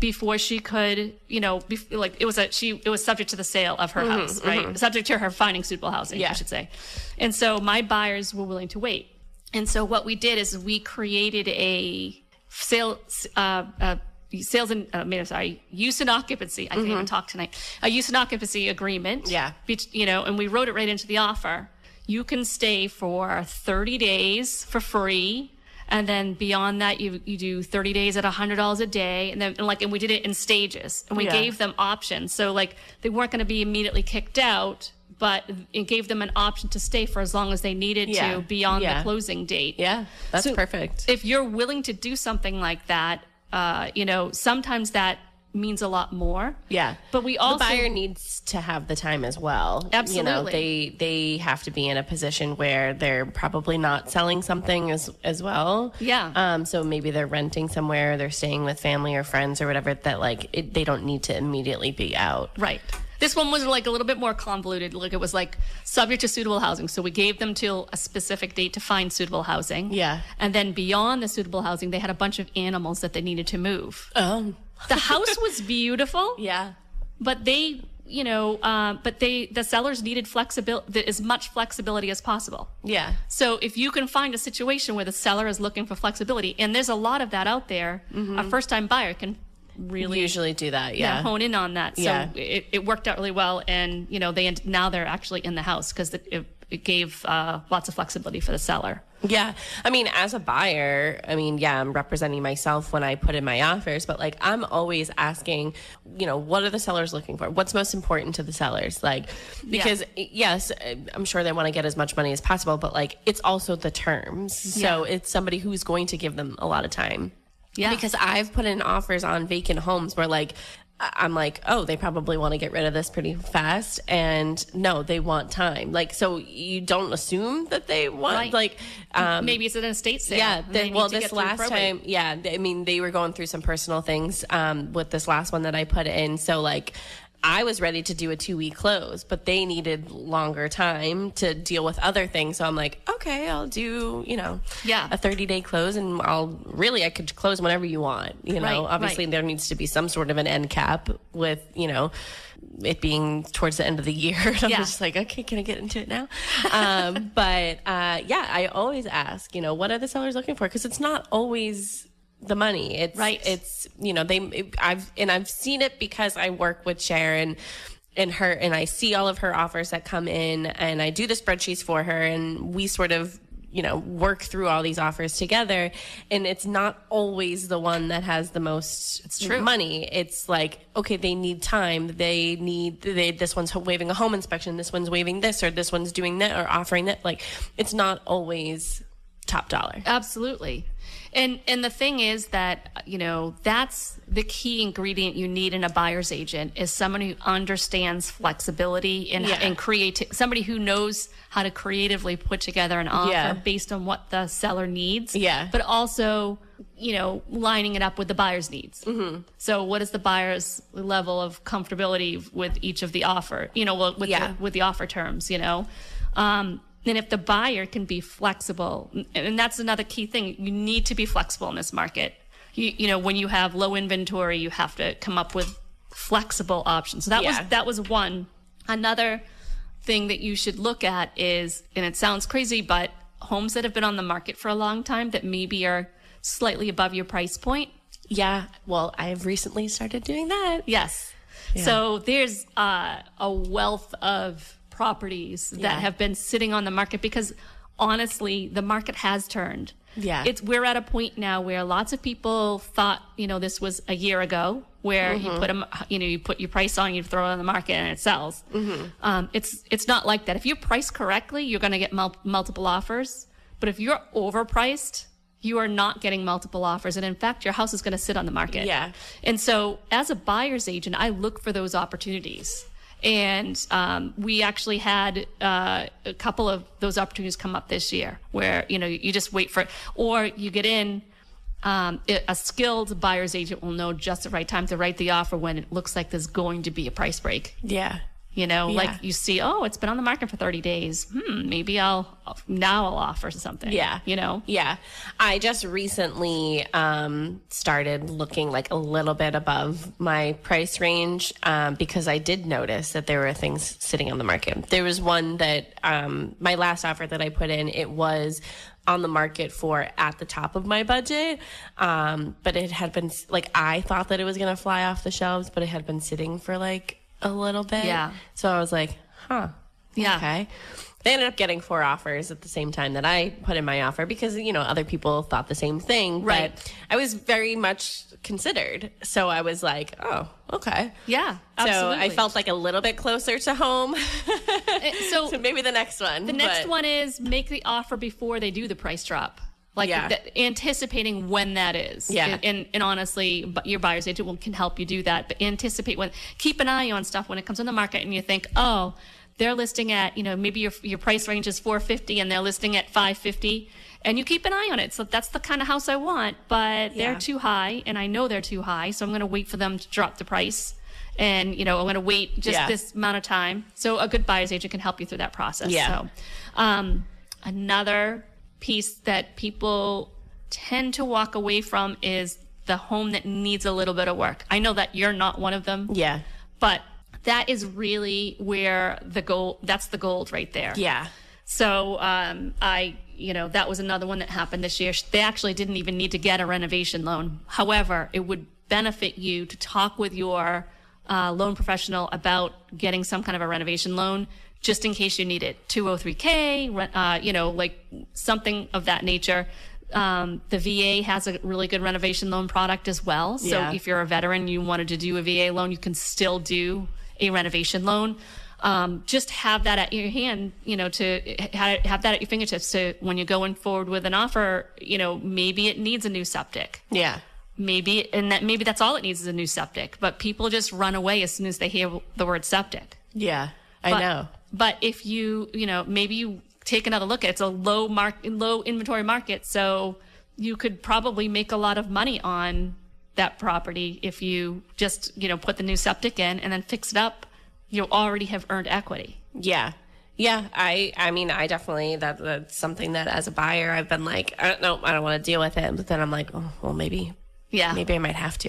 [SPEAKER 4] before she could, you know, bef- like it was a she it was subject to the sale of her house, right? Subject to her finding suitable housing, I
[SPEAKER 3] Yeah.
[SPEAKER 4] should say. And so my buyers were willing to wait. And so what we did is we created a sale, uh, uh, sales and uh, I mean, I'm sorry, use and occupancy. I can't even talk tonight. A use and occupancy agreement.
[SPEAKER 3] Yeah.
[SPEAKER 4] bet- you know, and we wrote it right into the offer. You can stay for 30 days for free. And then beyond that, you, you do 30 days at $100 a day. And then, and like, and we did it in stages and we
[SPEAKER 3] Yeah.
[SPEAKER 4] gave them options. So like they weren't going to be immediately kicked out, but it gave them an option to stay for as long as they needed
[SPEAKER 3] Yeah.
[SPEAKER 4] to beyond
[SPEAKER 3] Yeah.
[SPEAKER 4] the closing date.
[SPEAKER 3] Yeah, that's
[SPEAKER 4] So-
[SPEAKER 3] perfect.
[SPEAKER 4] If you're willing to do something like that, uh, you know, sometimes that means a lot more.
[SPEAKER 3] Yeah,
[SPEAKER 4] But we also
[SPEAKER 3] the buyer needs to have the time as well. you know,
[SPEAKER 4] Absolutely.
[SPEAKER 3] they they have to be in a position where they're probably not selling something as as well.
[SPEAKER 4] Yeah.
[SPEAKER 3] Um. So maybe they're renting somewhere, they're staying with family or friends or whatever. That like it, they don't need to immediately be out.
[SPEAKER 4] Right. This one was like a little bit more convoluted. Like it was like subject to suitable housing. So we gave them till a specific date to find suitable housing.
[SPEAKER 3] Yeah.
[SPEAKER 4] And then beyond the suitable housing, they had a bunch of animals that they needed to move.
[SPEAKER 3] Um.
[SPEAKER 4] The house was beautiful.
[SPEAKER 3] Yeah.
[SPEAKER 4] but they you know um, but they the sellers needed flexibility as much flexibility as possible
[SPEAKER 3] Yeah.
[SPEAKER 4] so if you can find a situation where the seller is looking for flexibility and there's a lot of that out there
[SPEAKER 3] Mm-hmm.
[SPEAKER 4] a first time buyer can really
[SPEAKER 3] Usually do that.
[SPEAKER 4] yeah,
[SPEAKER 3] Yeah.
[SPEAKER 4] hone in on that so
[SPEAKER 3] Yeah.
[SPEAKER 4] it, it worked out really well and you know they end, now they're actually in the house because the, it- it gave uh, lots of flexibility for the seller.
[SPEAKER 3] Yeah. I mean, as a buyer, I mean, yeah, I'm representing myself when I put in my offers, but like I'm always asking, you know, what are the sellers looking for? What's most important to the sellers? Like, because yes, I'm sure they want to get as much money as possible, but like it's also the terms. So it's somebody who's going to give them a lot of time.
[SPEAKER 4] Yeah.
[SPEAKER 3] Because I've put in offers on vacant homes where like, I- I'm like, oh, they probably want to get rid of this pretty fast. And no, they want time. Like, so you don't assume that they want,
[SPEAKER 4] Right.
[SPEAKER 3] like, um,
[SPEAKER 4] Maybe it's an estate sale.
[SPEAKER 3] yeah.
[SPEAKER 4] and
[SPEAKER 3] the-
[SPEAKER 4] they need
[SPEAKER 3] well,
[SPEAKER 4] to get
[SPEAKER 3] this
[SPEAKER 4] through
[SPEAKER 3] last
[SPEAKER 4] probate.
[SPEAKER 3] time, yeah. they- I mean, they were going through some personal things um, with this last one that I put in. So, like, I was ready to do a two week close, but they needed longer time to deal with other things. So I'm like, okay, I'll do, you know,
[SPEAKER 4] Yeah.
[SPEAKER 3] a 30 day close and I'll really, I could close whenever you want. You know,
[SPEAKER 4] Right,
[SPEAKER 3] obviously
[SPEAKER 4] right.
[SPEAKER 3] there needs to be some sort of an end cap with, you know, it being towards the end of the year. And I'm
[SPEAKER 4] Yeah.
[SPEAKER 3] just like, okay, can I get into it now? Um, but uh, yeah, I always ask, you know, what are the sellers looking for? Because it's not always the money. It's
[SPEAKER 4] Right.
[SPEAKER 3] It's you know they. It, I've and I've seen it because I work with Sharon. And her and I see all of her offers that come in, and I do the spreadsheets for her, and we sort of, you know, work through all these offers together. And it's not always the one that has the most
[SPEAKER 4] true.
[SPEAKER 3] money. It's like, okay, they need time. They need they this one's waiving a home inspection, this one's waiving this, or this one's doing that, or offering that. Like, it's not always top dollar.
[SPEAKER 4] Absolutely. And and the thing is that you know that's the key ingredient you need in a buyer's agent is someone who understands flexibility and
[SPEAKER 3] Yeah.
[SPEAKER 4] and creative somebody who knows how to creatively put together an offer
[SPEAKER 3] Yeah.
[SPEAKER 4] based on what the seller needs.
[SPEAKER 3] Yeah.
[SPEAKER 4] But also, you know, lining it up with the buyer's needs. Mm-hmm. So what is the buyer's level of comfortability with each of the offer? You know, well, with
[SPEAKER 3] Yeah.
[SPEAKER 4] the, with the offer terms. You know. Um, and if the buyer can be flexible, and- and that's another key thing, you need to be flexible in this market. You, you know, when you have low inventory, you have to come up with flexible options. So that
[SPEAKER 3] Yeah.
[SPEAKER 4] was that was one. Another thing that you should look at is, and it sounds crazy, but homes that have been on the market for a long time that maybe are slightly above your price point.
[SPEAKER 3] Yeah. Well, I've recently started doing that.
[SPEAKER 4] Yes. So there's uh, a wealth of properties that
[SPEAKER 3] Yeah.
[SPEAKER 4] have been sitting on the market because honestly, the market has turned.
[SPEAKER 3] Yeah.
[SPEAKER 4] It's we're at a point now where lots of people thought, you know, this was a year ago where
[SPEAKER 3] Mm-hmm.
[SPEAKER 4] you put 'em- you know, you put your price on, you throw it on the market and it sells.
[SPEAKER 3] Mm-hmm.
[SPEAKER 4] Um, it's it's not like that. If you price correctly, you're going to get mul- multiple offers. But if you're overpriced, you are not getting multiple offers, and in fact, your house is going to sit on the market.
[SPEAKER 3] Yeah.
[SPEAKER 4] And so, as a buyer's agent, I look for those opportunities. And um, we actually had uh, a couple of those opportunities come up this year, where you know you just wait for it, or you get in. Um, it- a skilled buyer's agent will know just the right time to write the offer when it looks like there's going to be a price break.
[SPEAKER 3] Yeah.
[SPEAKER 4] You know,
[SPEAKER 3] Yeah.
[SPEAKER 4] like you see, oh, it's been on the market for 30 days. Hmm, maybe I'll now I'll offer something.
[SPEAKER 3] Yeah.
[SPEAKER 4] you know,
[SPEAKER 3] Yeah. I just recently um, started looking like a little bit above my price range um, because I did notice that there were things sitting on the market. There was one that um, my last offer that I put in, it was on the market for at the top of my budget. Um, but it had been like, I thought that it was going to fly off the shelves, but it had been sitting for like a little bit.
[SPEAKER 4] Yeah.
[SPEAKER 3] So I was like, huh.
[SPEAKER 4] Yeah.
[SPEAKER 3] Okay. They ended up getting four offers at the same time that I put in my offer because, you know, other people thought the same thing.
[SPEAKER 4] Right.
[SPEAKER 3] But I was very much considered. So I was like, oh, okay.
[SPEAKER 4] yeah,
[SPEAKER 3] So I
[SPEAKER 4] absolutely.
[SPEAKER 3] felt like a little bit closer to home.
[SPEAKER 4] so.
[SPEAKER 3] so maybe the next one.
[SPEAKER 4] the next one is make the offer before they do the price drop. Like
[SPEAKER 3] Yeah.
[SPEAKER 4] th- anticipating when that is.
[SPEAKER 3] Yeah.
[SPEAKER 4] And, and, and honestly, bu- your buyer's agent will, can help you do that. But anticipate when, keep an eye on stuff when it comes on the market and you think, oh, they're listing at, you know, maybe your, your price range is 450 and they're listing at 550. And you keep an eye on it. So that's the kind of house I want,
[SPEAKER 3] Yeah.
[SPEAKER 4] but they're too high and I know they're too high. So I'm going to wait for them to drop the price. And, you know, I'm going to wait just
[SPEAKER 3] Yeah.
[SPEAKER 4] this amount of time. So a good buyer's agent can help you through that process.
[SPEAKER 3] Yeah.
[SPEAKER 4] So, um, another piece that people tend to walk away from is the home that needs a little bit of work. I know that you're not one of them.
[SPEAKER 3] Yeah.
[SPEAKER 4] But that is really where the gold, that's the gold right there.
[SPEAKER 3] Yeah.
[SPEAKER 4] So um, I, you know, that was another one that happened this year. They actually didn't even need to get a renovation loan. However, it would benefit you to talk with your uh, loan professional about getting some kind of a renovation loan just in case you need it. 203K, rent- uh, you know, like something of that nature. Um, the VA has a really good renovation loan product as well. So
[SPEAKER 3] Yeah.
[SPEAKER 4] if you're a veteran, you wanted to do a VA loan, you can still do a renovation loan. Um, just have that at your hand, you know, to ha- have that at your fingertips. To when you're going forward with an offer, you know, maybe it needs a new septic
[SPEAKER 3] Yeah.
[SPEAKER 4] maybe and that maybe that's all it needs is a new septic but people just run away as soon as they hear the word septic
[SPEAKER 3] Yeah. I
[SPEAKER 4] but,
[SPEAKER 3] know.
[SPEAKER 4] but if you you know maybe you take another look at it, it's a low mark low inventory market so you could probably make a lot of money on that property if you just you know put the new septic in and then fix it up you already have earned equity
[SPEAKER 3] Yeah. Yeah, I I mean I definitely that that's something that as a buyer I've been like I don't know I don't want to deal with it but then I'm like oh well maybe
[SPEAKER 4] yeah
[SPEAKER 3] maybe I might have to.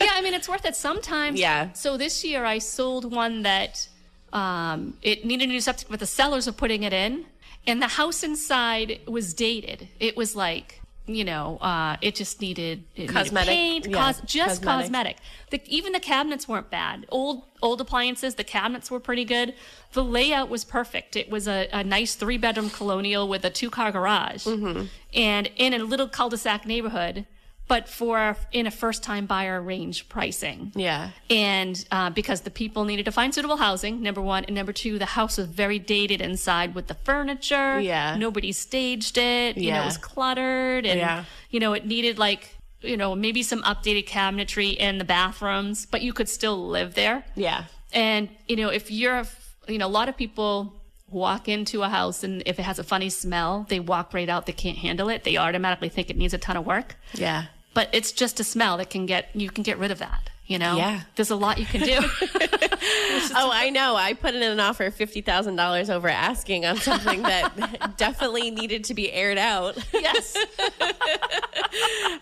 [SPEAKER 4] yeah, I mean, it's worth it sometimes.
[SPEAKER 3] Yeah.
[SPEAKER 4] So this year I sold one that um, it needed a new septic, but the sellers were putting it in, and the house inside was dated. It was like, you know, uh, it just needed it needed
[SPEAKER 3] Cosmetic,
[SPEAKER 4] paint,
[SPEAKER 3] yeah,
[SPEAKER 4] cos- just
[SPEAKER 3] cosmetic.
[SPEAKER 4] cosmetic. The, even the cabinets weren't bad. Old old appliances, the cabinets were pretty good. The layout was perfect. It was a, a nice three bedroom colonial with a two car garage,
[SPEAKER 3] Mm-hmm.
[SPEAKER 4] and in a little cul de sac neighborhood but for in a first time buyer range pricing.
[SPEAKER 3] Yeah.
[SPEAKER 4] And uh, because the people needed to find suitable housing, number one. And number two, the house was very dated inside with the furniture.
[SPEAKER 3] Yeah.
[SPEAKER 4] Nobody staged it. You know,
[SPEAKER 3] Yeah.
[SPEAKER 4] it was cluttered. And,
[SPEAKER 3] Yeah.
[SPEAKER 4] you know, it needed like, you know, maybe some updated cabinetry in the bathrooms, but you could still live there.
[SPEAKER 3] yeah.
[SPEAKER 4] And you know, if you're, a f- you know, a lot of people walk into a house and if it has a funny smell, they walk right out. They can't handle it. They automatically think it needs a ton of work.
[SPEAKER 3] Yeah.
[SPEAKER 4] But it's just a smell that can get you can get rid of that. You know,
[SPEAKER 3] Yeah.
[SPEAKER 4] There's a lot you can do.
[SPEAKER 3] Oh, I know. I put in an offer of fifty thousand dollars over asking on something that definitely needed to be aired out.
[SPEAKER 4] yes,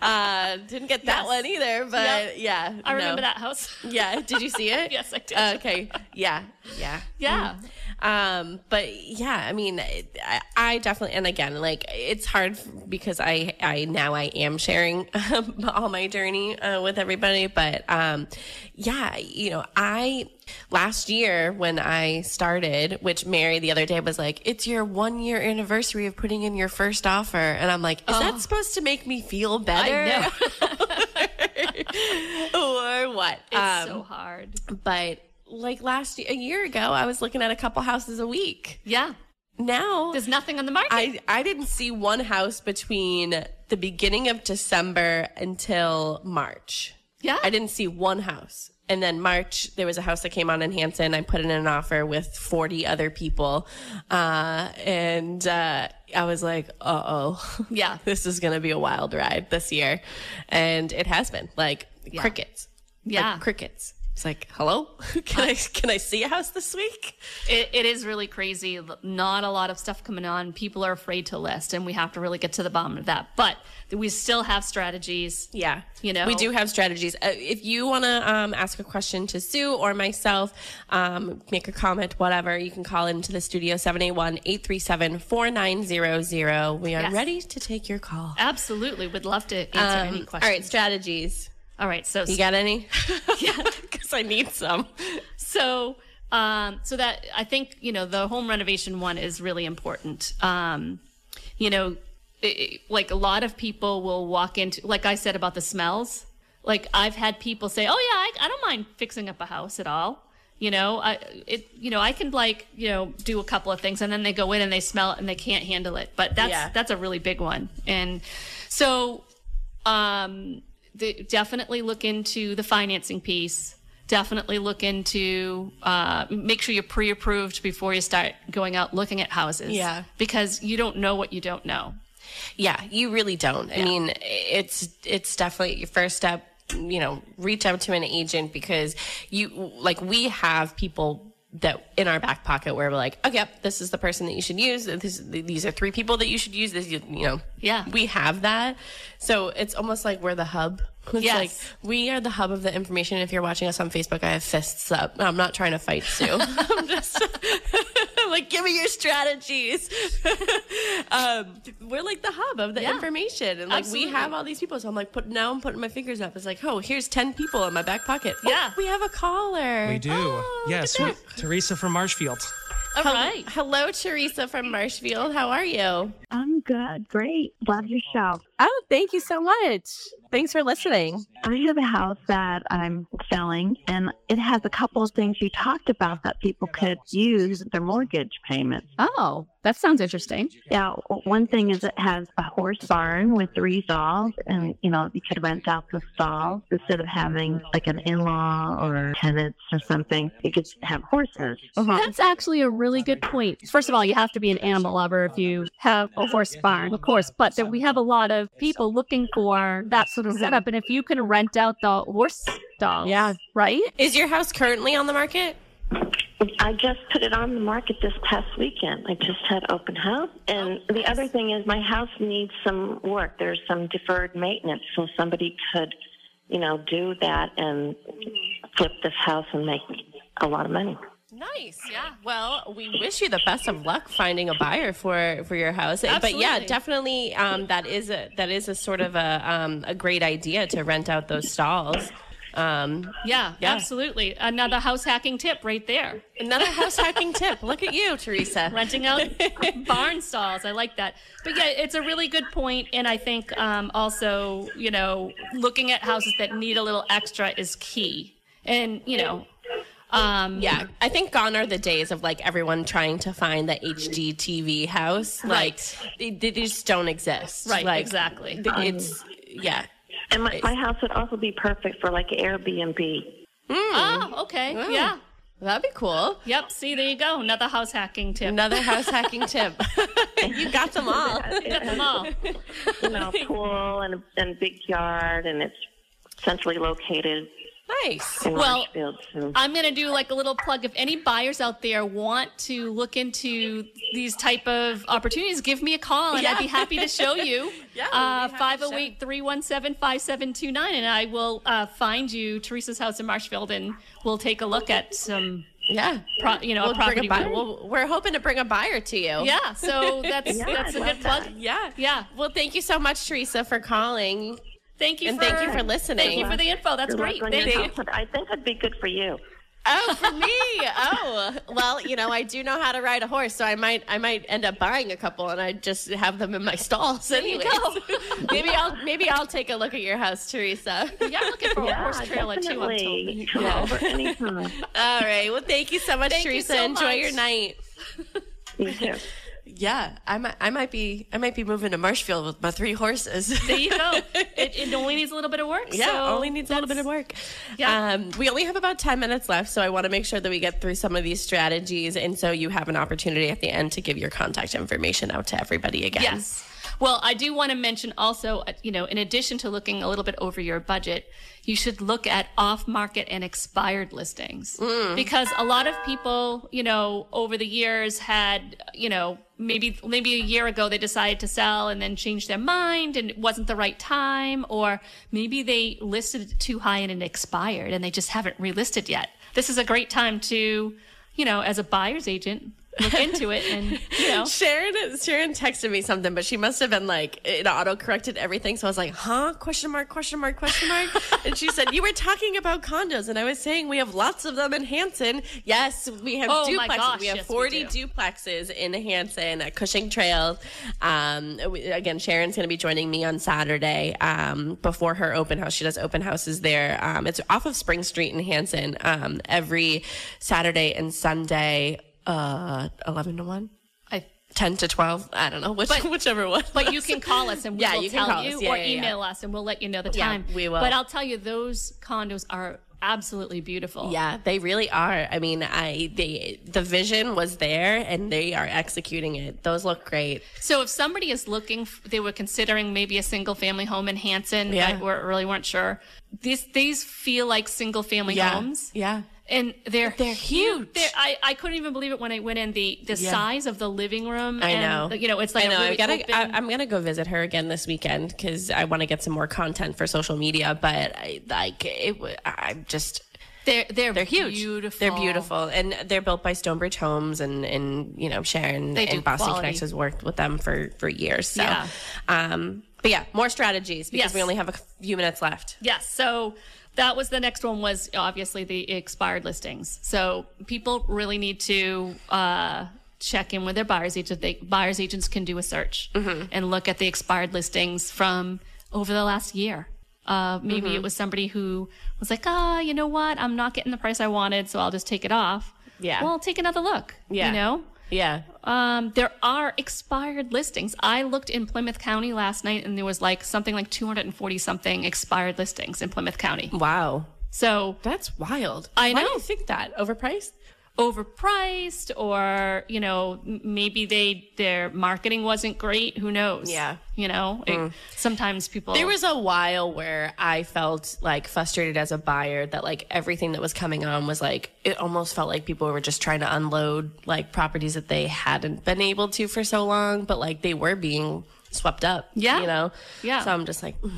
[SPEAKER 3] Uh, didn't get that
[SPEAKER 4] Yes.
[SPEAKER 3] one either, but
[SPEAKER 4] Yep.
[SPEAKER 3] yeah,
[SPEAKER 4] I
[SPEAKER 3] no.
[SPEAKER 4] remember that house.
[SPEAKER 3] Yeah, did you see it?
[SPEAKER 4] Yes, I did.
[SPEAKER 3] okay, yeah, yeah,
[SPEAKER 4] Yeah.
[SPEAKER 3] Um, but yeah, I mean, I, I definitely, and again, like it's hard because I, I now I am sharing um, all my journey uh, with everybody. But um, yeah, you know, I last year when I started, which Mary the other day was like, it's your one year anniversary of putting in your first offer, and I'm like, is that supposed to make me feel better?
[SPEAKER 4] Oh. know.
[SPEAKER 3] or what?
[SPEAKER 4] It's
[SPEAKER 3] Um,
[SPEAKER 4] so hard.
[SPEAKER 3] but like last year, a year ago, I was looking at a couple houses a week.
[SPEAKER 4] Yeah.
[SPEAKER 3] Now
[SPEAKER 4] There's nothing on the market.
[SPEAKER 3] I I didn't see one house between the beginning of December until March.
[SPEAKER 4] Yeah.
[SPEAKER 3] I didn't see one house. And then March, there was a house that came on in Hanson. I put in an offer with 40 other people. Uh, and uh, I was like, uh oh.
[SPEAKER 4] Yeah.
[SPEAKER 3] this is going to be a wild ride this year. And it has been like crickets. Like,
[SPEAKER 4] Yeah. Uh,
[SPEAKER 3] crickets. It's like, hello? Can I, can I see a house this week?
[SPEAKER 4] It, it is really crazy. Not a lot of stuff coming on. People are afraid to list, and we have to really get to the bottom of that. But we still have strategies.
[SPEAKER 3] Yeah.
[SPEAKER 4] You know?
[SPEAKER 3] we do have strategies. Uh, if you want to um, ask a question to Sue or myself, um, make a comment, whatever, you can call into the studio 781 837 4900. We are
[SPEAKER 4] Yes.
[SPEAKER 3] ready to take your call.
[SPEAKER 4] Absolutely. Would love to answer any
[SPEAKER 3] Um, all
[SPEAKER 4] questions.
[SPEAKER 3] right, strategies.
[SPEAKER 4] All right. So,
[SPEAKER 3] You got any? Because I need some.
[SPEAKER 4] so, um, so that I think, you know, the home renovation one is really important. Um, you know, i i- like a lot of people will walk into, like I said about the smells, like I've had people say, oh yeah, I, I don't mind fixing up a house at all. You know, I, it, you know, I can like, you know, do a couple of things and then they go in and they smell it and they can't handle it. But that's,
[SPEAKER 3] Yeah.
[SPEAKER 4] that's a really big one. And so um, the, definitely look into the financing piece. Definitely look into uh, make sure you're pre-approved before you start going out looking at houses.
[SPEAKER 3] Yeah.
[SPEAKER 4] because you don't know what you don't know.
[SPEAKER 3] Yeah, you really don't. I mean, it's it's definitely your first step. You know, reach out to an agent because you like we have people that in our back pocket where we're like, okay, yep, this is the person that you should use. This, these are three people that you should use. This, you know,
[SPEAKER 4] Yeah.
[SPEAKER 3] we have that. So it's almost like we're the hub. It's
[SPEAKER 4] Yes.
[SPEAKER 3] like we are the hub of the information. If you're watching us on Facebook, I have fists up. I'm not trying to fight Sue. I'm just like, give me your strategies. um, we're like the hub of the
[SPEAKER 4] Yeah.
[SPEAKER 3] information, and like
[SPEAKER 4] Absolutely.
[SPEAKER 3] we have all these people. So I'm like, put now I'm putting my fingers up. It's like, oh, here's ten people in my back pocket. Oh,
[SPEAKER 4] Yeah.
[SPEAKER 3] we have a caller.
[SPEAKER 5] We do.
[SPEAKER 3] Oh, look
[SPEAKER 5] yes,
[SPEAKER 3] at
[SPEAKER 5] we,
[SPEAKER 3] that.
[SPEAKER 5] Teresa from Marshfield.
[SPEAKER 3] All
[SPEAKER 4] Hello-
[SPEAKER 3] right. Hello, Teresa from Marshfield. How are you?
[SPEAKER 5] I'm good. Great. Love your show.
[SPEAKER 6] Oh, thank you so much. Thanks for listening.
[SPEAKER 5] I have a house that I'm selling, and it has a couple of things you talked about that people could use their mortgage payments.
[SPEAKER 6] Oh, that sounds interesting.
[SPEAKER 5] Yeah, w- one thing is it has a horse barn with three stalls, and you know you could rent out the stalls instead of having like an in-law or tenants or something. You could have horses.
[SPEAKER 7] That's actually a really good point. First of all, you have to be an animal lover if you have a horse barn, of course, but that we have a lot of people looking for that sort of setup. And if you can rent out the horse stalls,
[SPEAKER 6] Yeah.
[SPEAKER 7] right?
[SPEAKER 3] Is your house currently on the market?
[SPEAKER 5] I just put it on the market this past weekend. I just had open house. And
[SPEAKER 4] Oh,
[SPEAKER 5] the other thing is my house needs some work. There's some deferred maintenance, so somebody could, you know, do that and
[SPEAKER 4] Mm-hmm.
[SPEAKER 5] flip this house and make a lot of money.
[SPEAKER 3] Nice. Yeah. Well, we wish you the best of luck finding a buyer for for your house. But yeah,
[SPEAKER 4] Absolutely.
[SPEAKER 3] definitely um, that is a that is a sort of a um, a great idea to rent out those stalls. Um,
[SPEAKER 4] Yeah,
[SPEAKER 3] Yeah.
[SPEAKER 4] absolutely. Another house hacking tip right there.
[SPEAKER 3] another house hacking tip. Look at you, Teresa.
[SPEAKER 4] renting out barn stalls. I like that. But yeah, it's a really good point, and I think um, also you know looking at houses that need a little extra is key. And you know, um,
[SPEAKER 3] Yeah, I think gone are the days of like everyone trying to find the HGTV house. Like
[SPEAKER 4] Right.
[SPEAKER 3] they, they just don't exist.
[SPEAKER 4] Right,
[SPEAKER 3] Like,
[SPEAKER 4] exactly.
[SPEAKER 3] th- It's yeah.
[SPEAKER 5] And my, my house would also be perfect for like Airbnb.
[SPEAKER 4] oh, okay,
[SPEAKER 3] Wow.
[SPEAKER 4] yeah,
[SPEAKER 3] That'd be cool.
[SPEAKER 4] yep. See, there you go. Another house hacking tip.
[SPEAKER 3] Another house hacking tip. you got them all.
[SPEAKER 5] It
[SPEAKER 4] Them
[SPEAKER 5] has,
[SPEAKER 4] all.
[SPEAKER 5] you know, a pool and, and big yard, and it's centrally located
[SPEAKER 3] Nice.
[SPEAKER 5] in
[SPEAKER 4] Well,
[SPEAKER 5] Marshfield. So.
[SPEAKER 4] I'm gonna do like a little plug. If any buyers out there want to look into these type of opportunities, give me a call and I'd be happy to show you. Uh,
[SPEAKER 3] Yeah, we'll be happy to show.
[SPEAKER 4] 508 317 5729, and I will uh, find you Teresa's house in Marshfield and we'll take a look at some,
[SPEAKER 3] Yeah.
[SPEAKER 4] pro- you know,
[SPEAKER 3] We'll
[SPEAKER 4] a
[SPEAKER 3] bring
[SPEAKER 4] property.
[SPEAKER 3] a buyer.
[SPEAKER 4] we'll-
[SPEAKER 3] We'll, we're hoping to bring a buyer to you.
[SPEAKER 4] yeah, so that's
[SPEAKER 5] Yeah,
[SPEAKER 4] that's a
[SPEAKER 5] I
[SPEAKER 4] good
[SPEAKER 5] love
[SPEAKER 4] plug.
[SPEAKER 5] that.
[SPEAKER 3] Yeah.
[SPEAKER 4] Yeah.
[SPEAKER 3] Well, thank you so much, Teresa, for calling.
[SPEAKER 4] Thank you
[SPEAKER 3] And
[SPEAKER 4] for,
[SPEAKER 3] thank you for listening.
[SPEAKER 4] Thank you for the info. That's
[SPEAKER 5] Good
[SPEAKER 4] great.
[SPEAKER 5] luck on
[SPEAKER 4] Thank
[SPEAKER 5] your
[SPEAKER 4] you.
[SPEAKER 5] house, but I think it'd be good for you.
[SPEAKER 3] Oh, for me. Oh, well, you know, I do know how to ride a horse, so I might, I might end up buying a couple, and I just have them in my stalls.
[SPEAKER 4] you
[SPEAKER 3] Anyways. maybe I'll, maybe I'll take a look at your house, Teresa.
[SPEAKER 4] Yeah, I'm looking for a horse trailer too. I'm told.
[SPEAKER 5] definitely. Come over anytime.
[SPEAKER 3] All right. Well, thank you so much,
[SPEAKER 4] Thank you
[SPEAKER 3] Teresa.
[SPEAKER 4] so
[SPEAKER 3] Enjoy
[SPEAKER 4] much.
[SPEAKER 3] your night.
[SPEAKER 5] You too.
[SPEAKER 3] Yeah, I might, I might be, I might be moving to Marshfield with my three horses.
[SPEAKER 4] There you go. It, it only needs a little bit of work.
[SPEAKER 3] Yeah,
[SPEAKER 4] so
[SPEAKER 3] only needs a little bit of work.
[SPEAKER 4] Yeah.
[SPEAKER 3] Um, we only have about 10 minutes left, so I want to make sure that we get through some of these strategies. And so you have an opportunity at the end to give your contact information out to everybody again.
[SPEAKER 4] Yes. Well, I do want to mention also, uh, you know, in addition to looking a little bit over your budget, you should look at off market and expired listings because a lot of people, you know, over the years had, you know, maybe maybe a year ago they decided to sell and then changed their mind and it wasn't the right time or maybe they listed it too high and it expired and they just haven't relisted yet. This is a great time to, you know, as a buyer's agent, look into it and, you know,
[SPEAKER 3] Sharon Sharon texted me something, but she must have been like it auto corrected everything. So I was like, huh? Question mark, question mark, question mark. and she said, You were talking about condos, and I was saying we have lots of them in Hanson. Yes, we have
[SPEAKER 4] Oh my
[SPEAKER 3] duplexes.
[SPEAKER 4] gosh,
[SPEAKER 3] we have
[SPEAKER 4] yes, we
[SPEAKER 3] 40
[SPEAKER 4] do.
[SPEAKER 3] duplexes in Hanson at Cushing Trails. Um, we- again, Sharon's going to be joining me on Saturday um, before her open house. She does open houses there. Um, it's off of Spring Street in Hanson um, every Saturday and Sunday, uh, 11 to 1.
[SPEAKER 4] I
[SPEAKER 3] 10 to 12 i don't know which, whichever one
[SPEAKER 4] But you can call us and we
[SPEAKER 3] Yeah,
[SPEAKER 4] will
[SPEAKER 3] you can
[SPEAKER 4] tell
[SPEAKER 3] call
[SPEAKER 4] you
[SPEAKER 3] us. Yeah,
[SPEAKER 4] or
[SPEAKER 3] yeah, yeah.
[SPEAKER 4] email us and we'll let you know the
[SPEAKER 3] Yeah,
[SPEAKER 4] time.
[SPEAKER 3] we will.
[SPEAKER 4] But I'll tell you, those condos are absolutely beautiful.
[SPEAKER 3] yeah they really are i mean i they the vision was there and they are executing it those look great
[SPEAKER 4] So if somebody is looking, f- they were considering maybe a single family home in Hanson,
[SPEAKER 3] Yeah.
[SPEAKER 4] but were, really weren't sure. These these feel like single family homes.
[SPEAKER 3] yeah
[SPEAKER 4] And they're
[SPEAKER 3] They're huge.
[SPEAKER 4] They're, I, I couldn't even believe it when I went in. The the
[SPEAKER 3] Yeah.
[SPEAKER 4] size of the living room.
[SPEAKER 3] I
[SPEAKER 4] and,
[SPEAKER 3] know.
[SPEAKER 4] You know, it's like
[SPEAKER 3] I know.
[SPEAKER 4] A
[SPEAKER 3] I
[SPEAKER 4] really
[SPEAKER 3] gotta.
[SPEAKER 4] open-
[SPEAKER 3] I, I'm gonna go visit her again this weekend because I want to get some more content for social media. But I like it. w- I'm just
[SPEAKER 4] they're they're
[SPEAKER 3] they're huge.
[SPEAKER 4] Beautiful.
[SPEAKER 3] They're beautiful, and they're built by Stonebridge Homes, and and you know Sharon
[SPEAKER 4] They do
[SPEAKER 3] and Boston
[SPEAKER 4] quality.
[SPEAKER 3] Connects has worked with them for for years. So,
[SPEAKER 4] Yeah.
[SPEAKER 3] um, but yeah, more strategies because
[SPEAKER 4] Yes.
[SPEAKER 3] we only have a few minutes left.
[SPEAKER 4] Yes. So that was the next one was obviously the expired listings. So people really need to uh, check in with their buyers agent. They, buyers agents can do a search
[SPEAKER 3] Mm-hmm.
[SPEAKER 4] and look at the expired listings from over the last year. Uh, maybe
[SPEAKER 3] Mm-hmm.
[SPEAKER 4] it was somebody who was like, ah, you know what? I'm not getting the price I wanted, so I'll just take it off.
[SPEAKER 3] Yeah.
[SPEAKER 4] Well, take another look.
[SPEAKER 3] Yeah.
[SPEAKER 4] You know?
[SPEAKER 3] Yeah.
[SPEAKER 4] Um, there are expired listings. I looked in Plymouth County last night and there was like something like 240 something expired listings in Plymouth County.
[SPEAKER 3] Wow.
[SPEAKER 4] So
[SPEAKER 3] That's wild.
[SPEAKER 4] I
[SPEAKER 3] Why do
[SPEAKER 4] know.
[SPEAKER 3] you think that? Overpriced?
[SPEAKER 4] overpriced or, you know, m- maybe they, their marketing wasn't great. Who knows?
[SPEAKER 3] Yeah. Mm.
[SPEAKER 4] You know, It- sometimes people.
[SPEAKER 3] There was a while where I felt like frustrated as a buyer that like everything that was coming on was like it almost felt like people were just trying to unload like properties that they hadn't been able to for so long, but like they were being swept up.
[SPEAKER 4] Yeah.
[SPEAKER 3] You know?
[SPEAKER 4] Yeah.
[SPEAKER 3] So I'm just like, mm,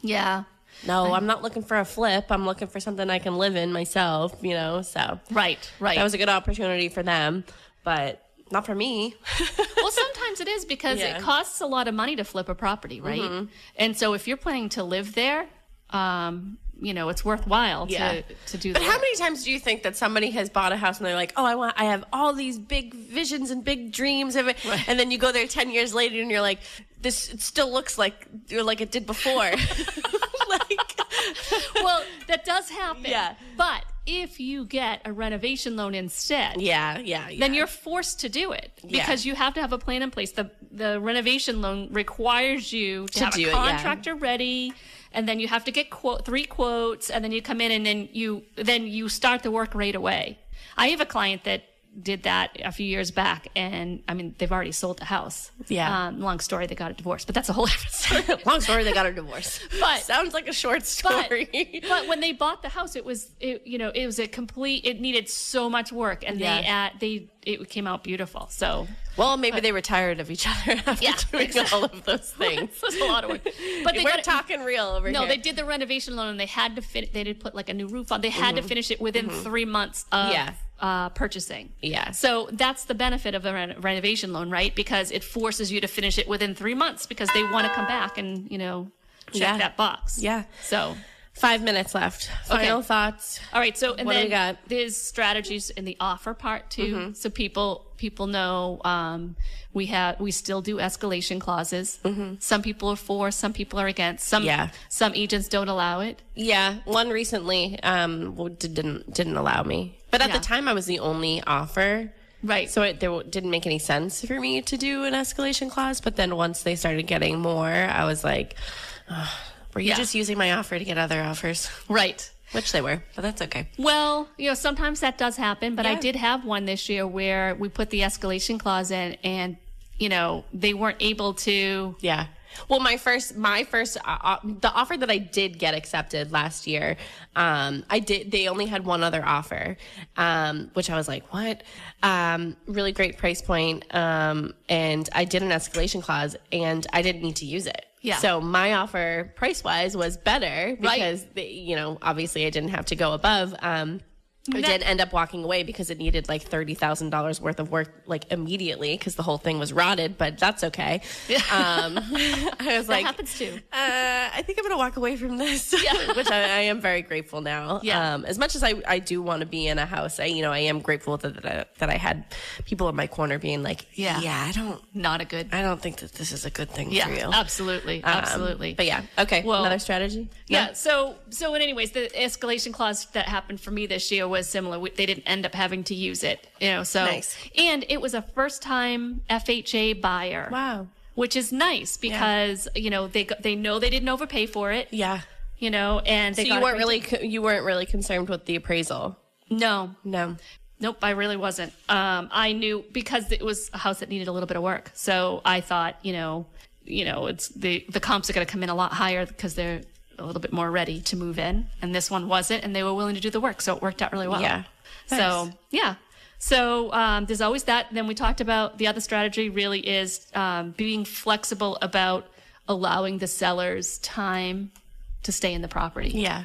[SPEAKER 4] yeah.
[SPEAKER 3] no, I'm not looking for a flip. I'm looking for something I can live in myself, you know? So
[SPEAKER 4] Right. Right.
[SPEAKER 3] that was a good opportunity for them, but not for me.
[SPEAKER 4] well, sometimes it is because
[SPEAKER 3] Yeah. Mm-hmm.
[SPEAKER 4] it costs a lot of money to flip a property, right? And so if you're planning to live there, um, you know, it's worthwhile
[SPEAKER 3] Yeah.
[SPEAKER 4] to, to do
[SPEAKER 3] But
[SPEAKER 4] the
[SPEAKER 3] how
[SPEAKER 4] work.
[SPEAKER 3] many times do you think that somebody has bought a house and they're like, "Oh, I want, I have all these big visions and big dreams," of it, and then you go there ten years later and you're like, "This it still looks like you're like it did before." like,
[SPEAKER 4] well, that does happen.
[SPEAKER 3] Yeah.
[SPEAKER 4] But if you get a renovation loan instead,
[SPEAKER 3] yeah, yeah, yeah.
[SPEAKER 4] then you're forced to do it because you have to have a plan in place. The the renovation loan requires you to,
[SPEAKER 3] To
[SPEAKER 4] have
[SPEAKER 3] do it,
[SPEAKER 4] a
[SPEAKER 3] yeah.
[SPEAKER 4] contractor ready, and then you have to get quote three quotes, and then you come in and then you then you start the work right away. I have a client that did that a few years back, and I mean they've already sold the house.
[SPEAKER 3] Yeah.
[SPEAKER 4] Um, long story, they got a divorce, but that's a whole different story.
[SPEAKER 3] long story. They got a divorce,
[SPEAKER 4] But-
[SPEAKER 3] sounds like a short
[SPEAKER 4] but,
[SPEAKER 3] story.
[SPEAKER 4] but when they bought the house, it was it, you know it was a complete. It needed so much work, and they
[SPEAKER 3] Yeah.
[SPEAKER 4] at they it came out beautiful. So
[SPEAKER 3] well, maybe they were tired of each other after
[SPEAKER 4] Yeah,
[SPEAKER 3] doing all of those things.
[SPEAKER 4] it was a lot of work. But they
[SPEAKER 3] we're
[SPEAKER 4] got it.
[SPEAKER 3] talking real over
[SPEAKER 4] No,
[SPEAKER 3] here.
[SPEAKER 4] they did the renovation loan, and they had to fit. They did put like a new roof on. They had to finish it within three months of
[SPEAKER 3] Mm-hmm. Yeah.
[SPEAKER 4] uh, purchasing.
[SPEAKER 3] Yeah.
[SPEAKER 4] So that's the benefit of a ren- renovation loan, right? Because it forces you to finish it within three months because they want to come back and you know check
[SPEAKER 3] Yeah.
[SPEAKER 4] that box.
[SPEAKER 3] Yeah.
[SPEAKER 4] So
[SPEAKER 3] Five minutes left. Final thoughts.
[SPEAKER 4] All right. So, and
[SPEAKER 3] What do
[SPEAKER 4] then
[SPEAKER 3] we got? Mm-hmm.
[SPEAKER 4] there's strategies in the offer part too. So people people know um, we have we still do escalation clauses. Some people are for, some people are against. Some
[SPEAKER 3] Mm-hmm. Yeah.
[SPEAKER 4] some agents don't allow it.
[SPEAKER 3] Yeah, one recently um w- d- didn't didn't allow me. But at
[SPEAKER 4] Yeah.
[SPEAKER 3] the time I was the only offer.
[SPEAKER 4] Right.
[SPEAKER 3] So it there w- didn't make any sense for me to do an escalation clause, but then once they started getting more, I was like "Ugh, were you
[SPEAKER 4] Yeah.
[SPEAKER 3] just using my offer to get other offers?
[SPEAKER 4] right.
[SPEAKER 3] Which they were, but that's okay.
[SPEAKER 4] Well, you know, sometimes that does happen, but I
[SPEAKER 3] Yeah.
[SPEAKER 4] did have one this year where we put the escalation clause in and, you know, they weren't able to.
[SPEAKER 3] Yeah. Well, my first, my first, uh, uh, the offer that I did get accepted last year, um, I did. They only had one other offer, um, which I was like, what? Um, really great price point, um, and I did an escalation clause, and I didn't need to use it.
[SPEAKER 4] Yeah.
[SPEAKER 3] So my offer, price wise, was better because they, you know, obviously I didn't have to go above. Um, I did end up walking away because it needed like thirty thousand dollars worth of work, like immediately, because the whole thing was rotted. But that's okay. Um, I was like,
[SPEAKER 4] happens too.
[SPEAKER 3] Uh, I think I'm gonna walk away from this, which I, I am very grateful now.
[SPEAKER 4] Yeah.
[SPEAKER 3] Um, as much as I, I do want to be in a house, I you know I am grateful that that I, that I had people in my corner being like,
[SPEAKER 4] Yeah.
[SPEAKER 3] yeah, I don't,
[SPEAKER 4] Not a good.
[SPEAKER 3] I don't think that this is a good thing
[SPEAKER 4] Yeah.
[SPEAKER 3] for you.
[SPEAKER 4] Absolutely.
[SPEAKER 3] Um,
[SPEAKER 4] absolutely.
[SPEAKER 3] but yeah, okay.
[SPEAKER 4] Well-
[SPEAKER 3] another strategy.
[SPEAKER 4] Yeah. So, so, and anyways, the escalation clause that happened for me this year was similar. We, they didn't end up having to use it, you know. So,
[SPEAKER 3] Nice.
[SPEAKER 4] and it was a first-time FHA buyer.
[SPEAKER 3] Wow.
[SPEAKER 4] Which is nice because you know they got- they know they didn't overpay for it.
[SPEAKER 3] Yeah.
[SPEAKER 4] You know, and
[SPEAKER 3] So
[SPEAKER 4] they
[SPEAKER 3] you
[SPEAKER 4] got a
[SPEAKER 3] weren't
[SPEAKER 4] great
[SPEAKER 3] really co- you weren't really concerned with the appraisal.
[SPEAKER 4] deal. no.
[SPEAKER 3] No.
[SPEAKER 4] Nope, I really wasn't. Um, I knew because it was a house that needed a little bit of work. So I thought, you know, you know, it's the the comps are going to come in a lot higher because they're a little bit more ready to move in, and this one wasn't, and they were willing to do the work, so it worked out really well.
[SPEAKER 3] Yeah.
[SPEAKER 4] So yeah. So um, there's always that. Then we talked about the other strategy really is um, being flexible about allowing the sellers time to stay in the property.
[SPEAKER 3] Yeah.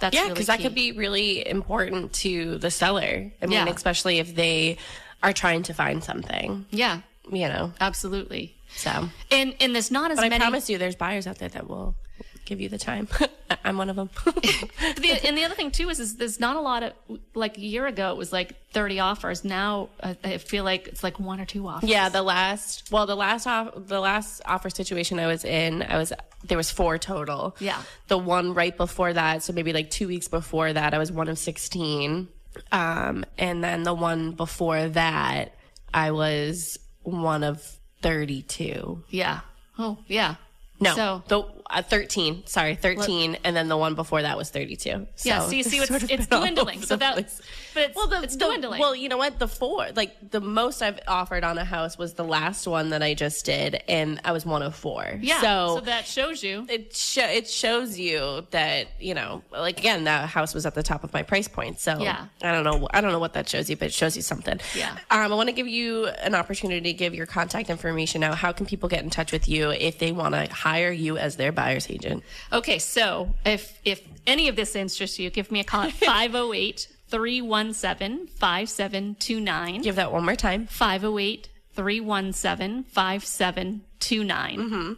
[SPEAKER 4] That's
[SPEAKER 3] yeah,
[SPEAKER 4] really
[SPEAKER 3] because that
[SPEAKER 4] key.
[SPEAKER 3] could be really important to the seller. I mean,
[SPEAKER 4] Yeah.
[SPEAKER 3] especially if they are trying to find something,
[SPEAKER 4] yeah,
[SPEAKER 3] you know.
[SPEAKER 4] absolutely.
[SPEAKER 3] So,
[SPEAKER 4] And and there's not as
[SPEAKER 3] but I
[SPEAKER 4] many.
[SPEAKER 3] promise you, there's buyers out there that will give you the time. I- I'm one of them.
[SPEAKER 4] the, and the other thing too is, is there's not a lot of like a year ago it was like 30 offers now uh, i feel like it's like one or two offers
[SPEAKER 3] yeah, the last well, the last off the last offer situation I was in, I was there was four total.
[SPEAKER 4] Yeah.
[SPEAKER 3] The one right before that, so maybe like two weeks before that, I was one of sixteen. Um, and then the one before that, I was one of thirty-two.
[SPEAKER 4] yeah oh yeah
[SPEAKER 3] No,
[SPEAKER 4] so
[SPEAKER 3] the uh, thirteen. Sorry, thirteen, and then the one before that was thirty-two. So
[SPEAKER 4] yeah so you see it's,
[SPEAKER 3] sort of
[SPEAKER 4] it's
[SPEAKER 3] been all
[SPEAKER 4] dwindling
[SPEAKER 3] over
[SPEAKER 4] so
[SPEAKER 3] the
[SPEAKER 4] that
[SPEAKER 3] place.
[SPEAKER 4] but it's,
[SPEAKER 3] Well, the,
[SPEAKER 4] it's
[SPEAKER 3] the-
[SPEAKER 4] dwindling
[SPEAKER 3] Well, you know what? The four, like the most I've offered on a house was the last one that I just did, and I was one of four.
[SPEAKER 4] yeah
[SPEAKER 3] So,
[SPEAKER 4] that shows you
[SPEAKER 3] it sho- it shows you that you know, like again, that house was at the top of my price point. So
[SPEAKER 4] Yeah.
[SPEAKER 3] I don't know, I don't know what that shows you, but it shows you something.
[SPEAKER 4] Yeah.
[SPEAKER 3] Um, I want to give you an opportunity to give your contact information now. How can people get in touch with you if they want to hire you as their buyer's agent?
[SPEAKER 4] Okay, so if if any of this interests you, give me a call at 508 317 5729.
[SPEAKER 3] Give that one more time.
[SPEAKER 4] 508 317
[SPEAKER 3] Mm-hmm.
[SPEAKER 4] 5729.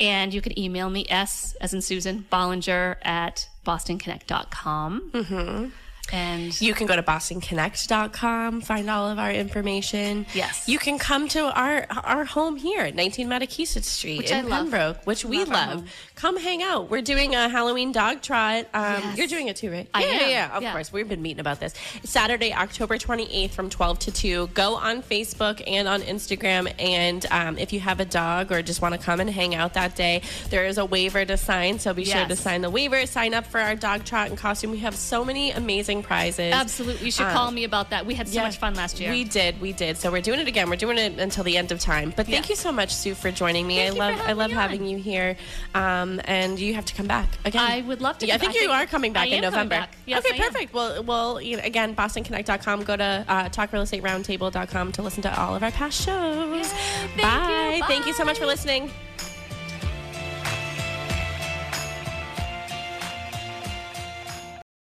[SPEAKER 4] And you can email me, S as in Susan, Bollinger at bostonconnect.com. Mm-hmm. And
[SPEAKER 3] You can go to bostonconnect.com, find all of our information.
[SPEAKER 4] Yes.
[SPEAKER 3] You can come to our our home here at 19 Matakeesit Street
[SPEAKER 4] Which
[SPEAKER 3] in
[SPEAKER 4] I love.
[SPEAKER 3] Pembroke, which we
[SPEAKER 4] Love our
[SPEAKER 3] love.
[SPEAKER 4] home.
[SPEAKER 3] Come hang out. We're doing a Halloween dog trot. Um,
[SPEAKER 4] Yes.
[SPEAKER 3] You're doing it too, right?
[SPEAKER 4] I
[SPEAKER 3] yeah,
[SPEAKER 4] am.
[SPEAKER 3] yeah, yeah, of
[SPEAKER 4] Yeah.
[SPEAKER 3] course. We've been meeting about this. Saturday, October 28th from 12 to 2. Go on Facebook and on Instagram. And um, if you have a dog or just want to come and hang out that day, there is a waiver to sign. So be sure
[SPEAKER 4] Yes.
[SPEAKER 3] to sign the waiver, sign up for our dog trot and costume. We have so many amazing prizes.
[SPEAKER 4] absolutely, you should
[SPEAKER 3] Um,
[SPEAKER 4] call me about that. We had so
[SPEAKER 3] yeah.
[SPEAKER 4] much fun last year.
[SPEAKER 3] We did, we did. So we're doing it again. We're doing it until the end of time. But thank
[SPEAKER 4] Yeah.
[SPEAKER 3] you so much, Sue, for joining me.
[SPEAKER 4] Thank
[SPEAKER 3] I
[SPEAKER 4] you for
[SPEAKER 3] love, I
[SPEAKER 4] having
[SPEAKER 3] love
[SPEAKER 4] me
[SPEAKER 3] having
[SPEAKER 4] on.
[SPEAKER 3] you here. Um, and you have to come back again.
[SPEAKER 4] I would love to
[SPEAKER 3] Yeah, I
[SPEAKER 4] come
[SPEAKER 3] think
[SPEAKER 4] back.
[SPEAKER 3] you
[SPEAKER 4] I
[SPEAKER 3] are
[SPEAKER 4] think-
[SPEAKER 3] coming back
[SPEAKER 4] I
[SPEAKER 3] in
[SPEAKER 4] am coming
[SPEAKER 3] November.
[SPEAKER 4] back. Yes,
[SPEAKER 3] okay,
[SPEAKER 4] I am.
[SPEAKER 3] perfect. Well, well, you know, again, bostonconnect.com. Go to uh, talkrealestateroundtable.com to listen to all of our past shows.
[SPEAKER 4] Yay, thank you.
[SPEAKER 3] Bye. Thank you so much for
[SPEAKER 4] Bye.
[SPEAKER 3] listening.